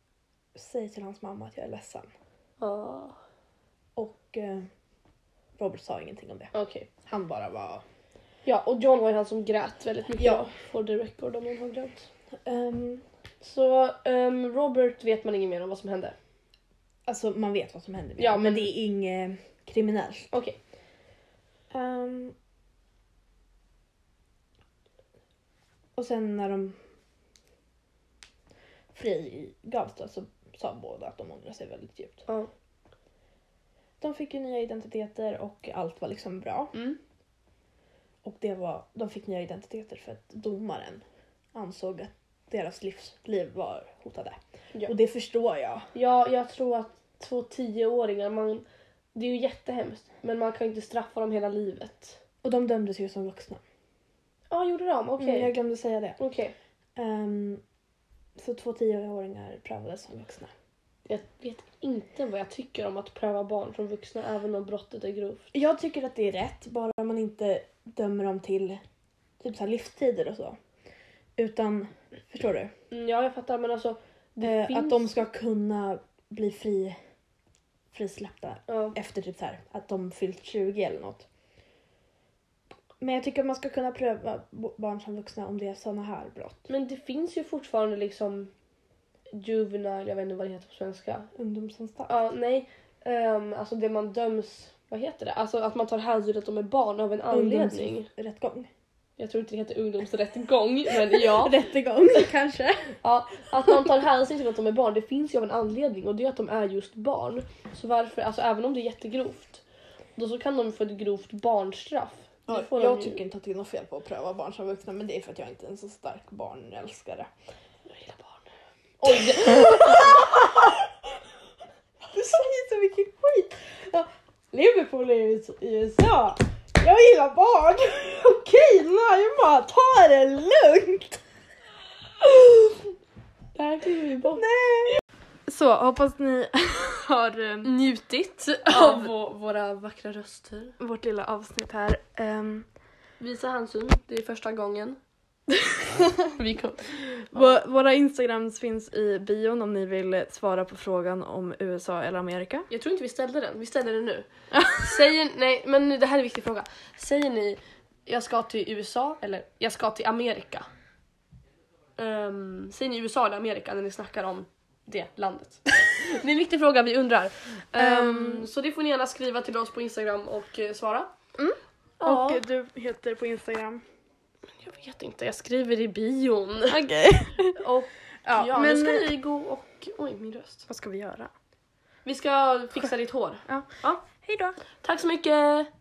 Säg till hans mamma att jag är ledsen.
Ja.
Och eh, Robert sa ingenting om det.
Okej.
Han bara var...
Ja, och John var ju han som grät väldigt mycket.
Ja.
For the record om någon har glömt.
Ehm,
Så ehm, Robert vet man inget mer om vad som hände.
alltså man vet vad som hände med
Ja,
honom,
men-
men det är inget kriminellt.
Okej.
Ehm, och sen när de frigavs då, så sa båda att de ångrar sig väldigt djupt.
Ja.
De fick ju nya identiteter och allt var liksom bra.
Mm.
Och det var, de fick nya identiteter för att domaren ansåg att deras livs, liv var hotade.
Ja.
Och det förstår jag.
Ja, jag tror att två tioåringar, man, det är ju jättehemskt, men man kan ju inte straffa dem hela livet.
Och de dömdes ju som vuxna.
Ja, gjorde de? Okej.
Mm, jag glömde säga det.
Okej.
Ehm, så två tioåringar prövades som vuxna.
Jag vet inte vad jag tycker om att pröva barn från vuxna, även om brottet är grovt.
Jag tycker att det är rätt, bara man inte dömer dem till typ så här livstider och så. Utan, förstår du?
Mm, ja, jag fattar, men alltså...
Eh,
finns-
Att de ska kunna bli fri, frisläppta
Ja,
efter typ så här, att de fyllt 20 eller något. Men jag tycker att man ska kunna pröva bo- barn som vuxna om det är sådana här brott.
men det finns ju fortfarande liksom juvenile, jag vet inte vad det heter på svenska.
Ungdomsanstalt.
Ja, nej. Ehm, alltså det man döms... Vad heter det? Alltså att man tar hänsyn till att de är barn av en anledning.
Ungdomsrättegång.
Jag tror inte det heter ungdomsrättegång, men ja.
Rättegång kanske.
Ja, att man tar hänsyn till att de är barn, det finns ju av en anledning och det är att de är just barn. Så varför, alltså även om det är jättegrovt, då så kan de få ett grovt barnstraff. Det
Ja,
får de
jag
ju.
tycker inte att det är något fel på att pröva barn som vuxna men det är för att jag inte är en så stark barnälskare.
Jag gillar barn.
Oj! det- du säger så mycket skit! Ja, Liverpool är ju i USA. Jag gillar barn! Okej Naima, ta det lugnt!
Det här klipper vi bort.
Nej! Så, hoppas ni har eh,
Njutit av vå- våra vackra röster.
vårt lilla avsnitt här. Ehm,
Visa hänsyn, det är första gången. vi kom.
vå- våra Instagrams finns i bion om ni vill svara på frågan om USA eller Amerika.
Jag tror inte vi ställde den, vi ställer den nu. Säger, nej men det här är en viktig fråga. Säger ni jag ska till USA eller jag ska till Amerika? Ehm, säger ni USA eller Amerika när ni snackar om det landet? det är en viktig fråga vi undrar. Ehm, så det får ni gärna skriva till oss på Instagram och eh, svara. Ja.
Och eh, du heter på Instagram?
Jag vet inte, jag skriver i bion.
Okej.
Och ja,
Ja,
nu
men
ska
eh,
vi gå och... Oj, min röst.
vad ska vi göra?
Vi ska fixa ditt hår.
Ja.
ja.
Hej då!
Tack så mycket!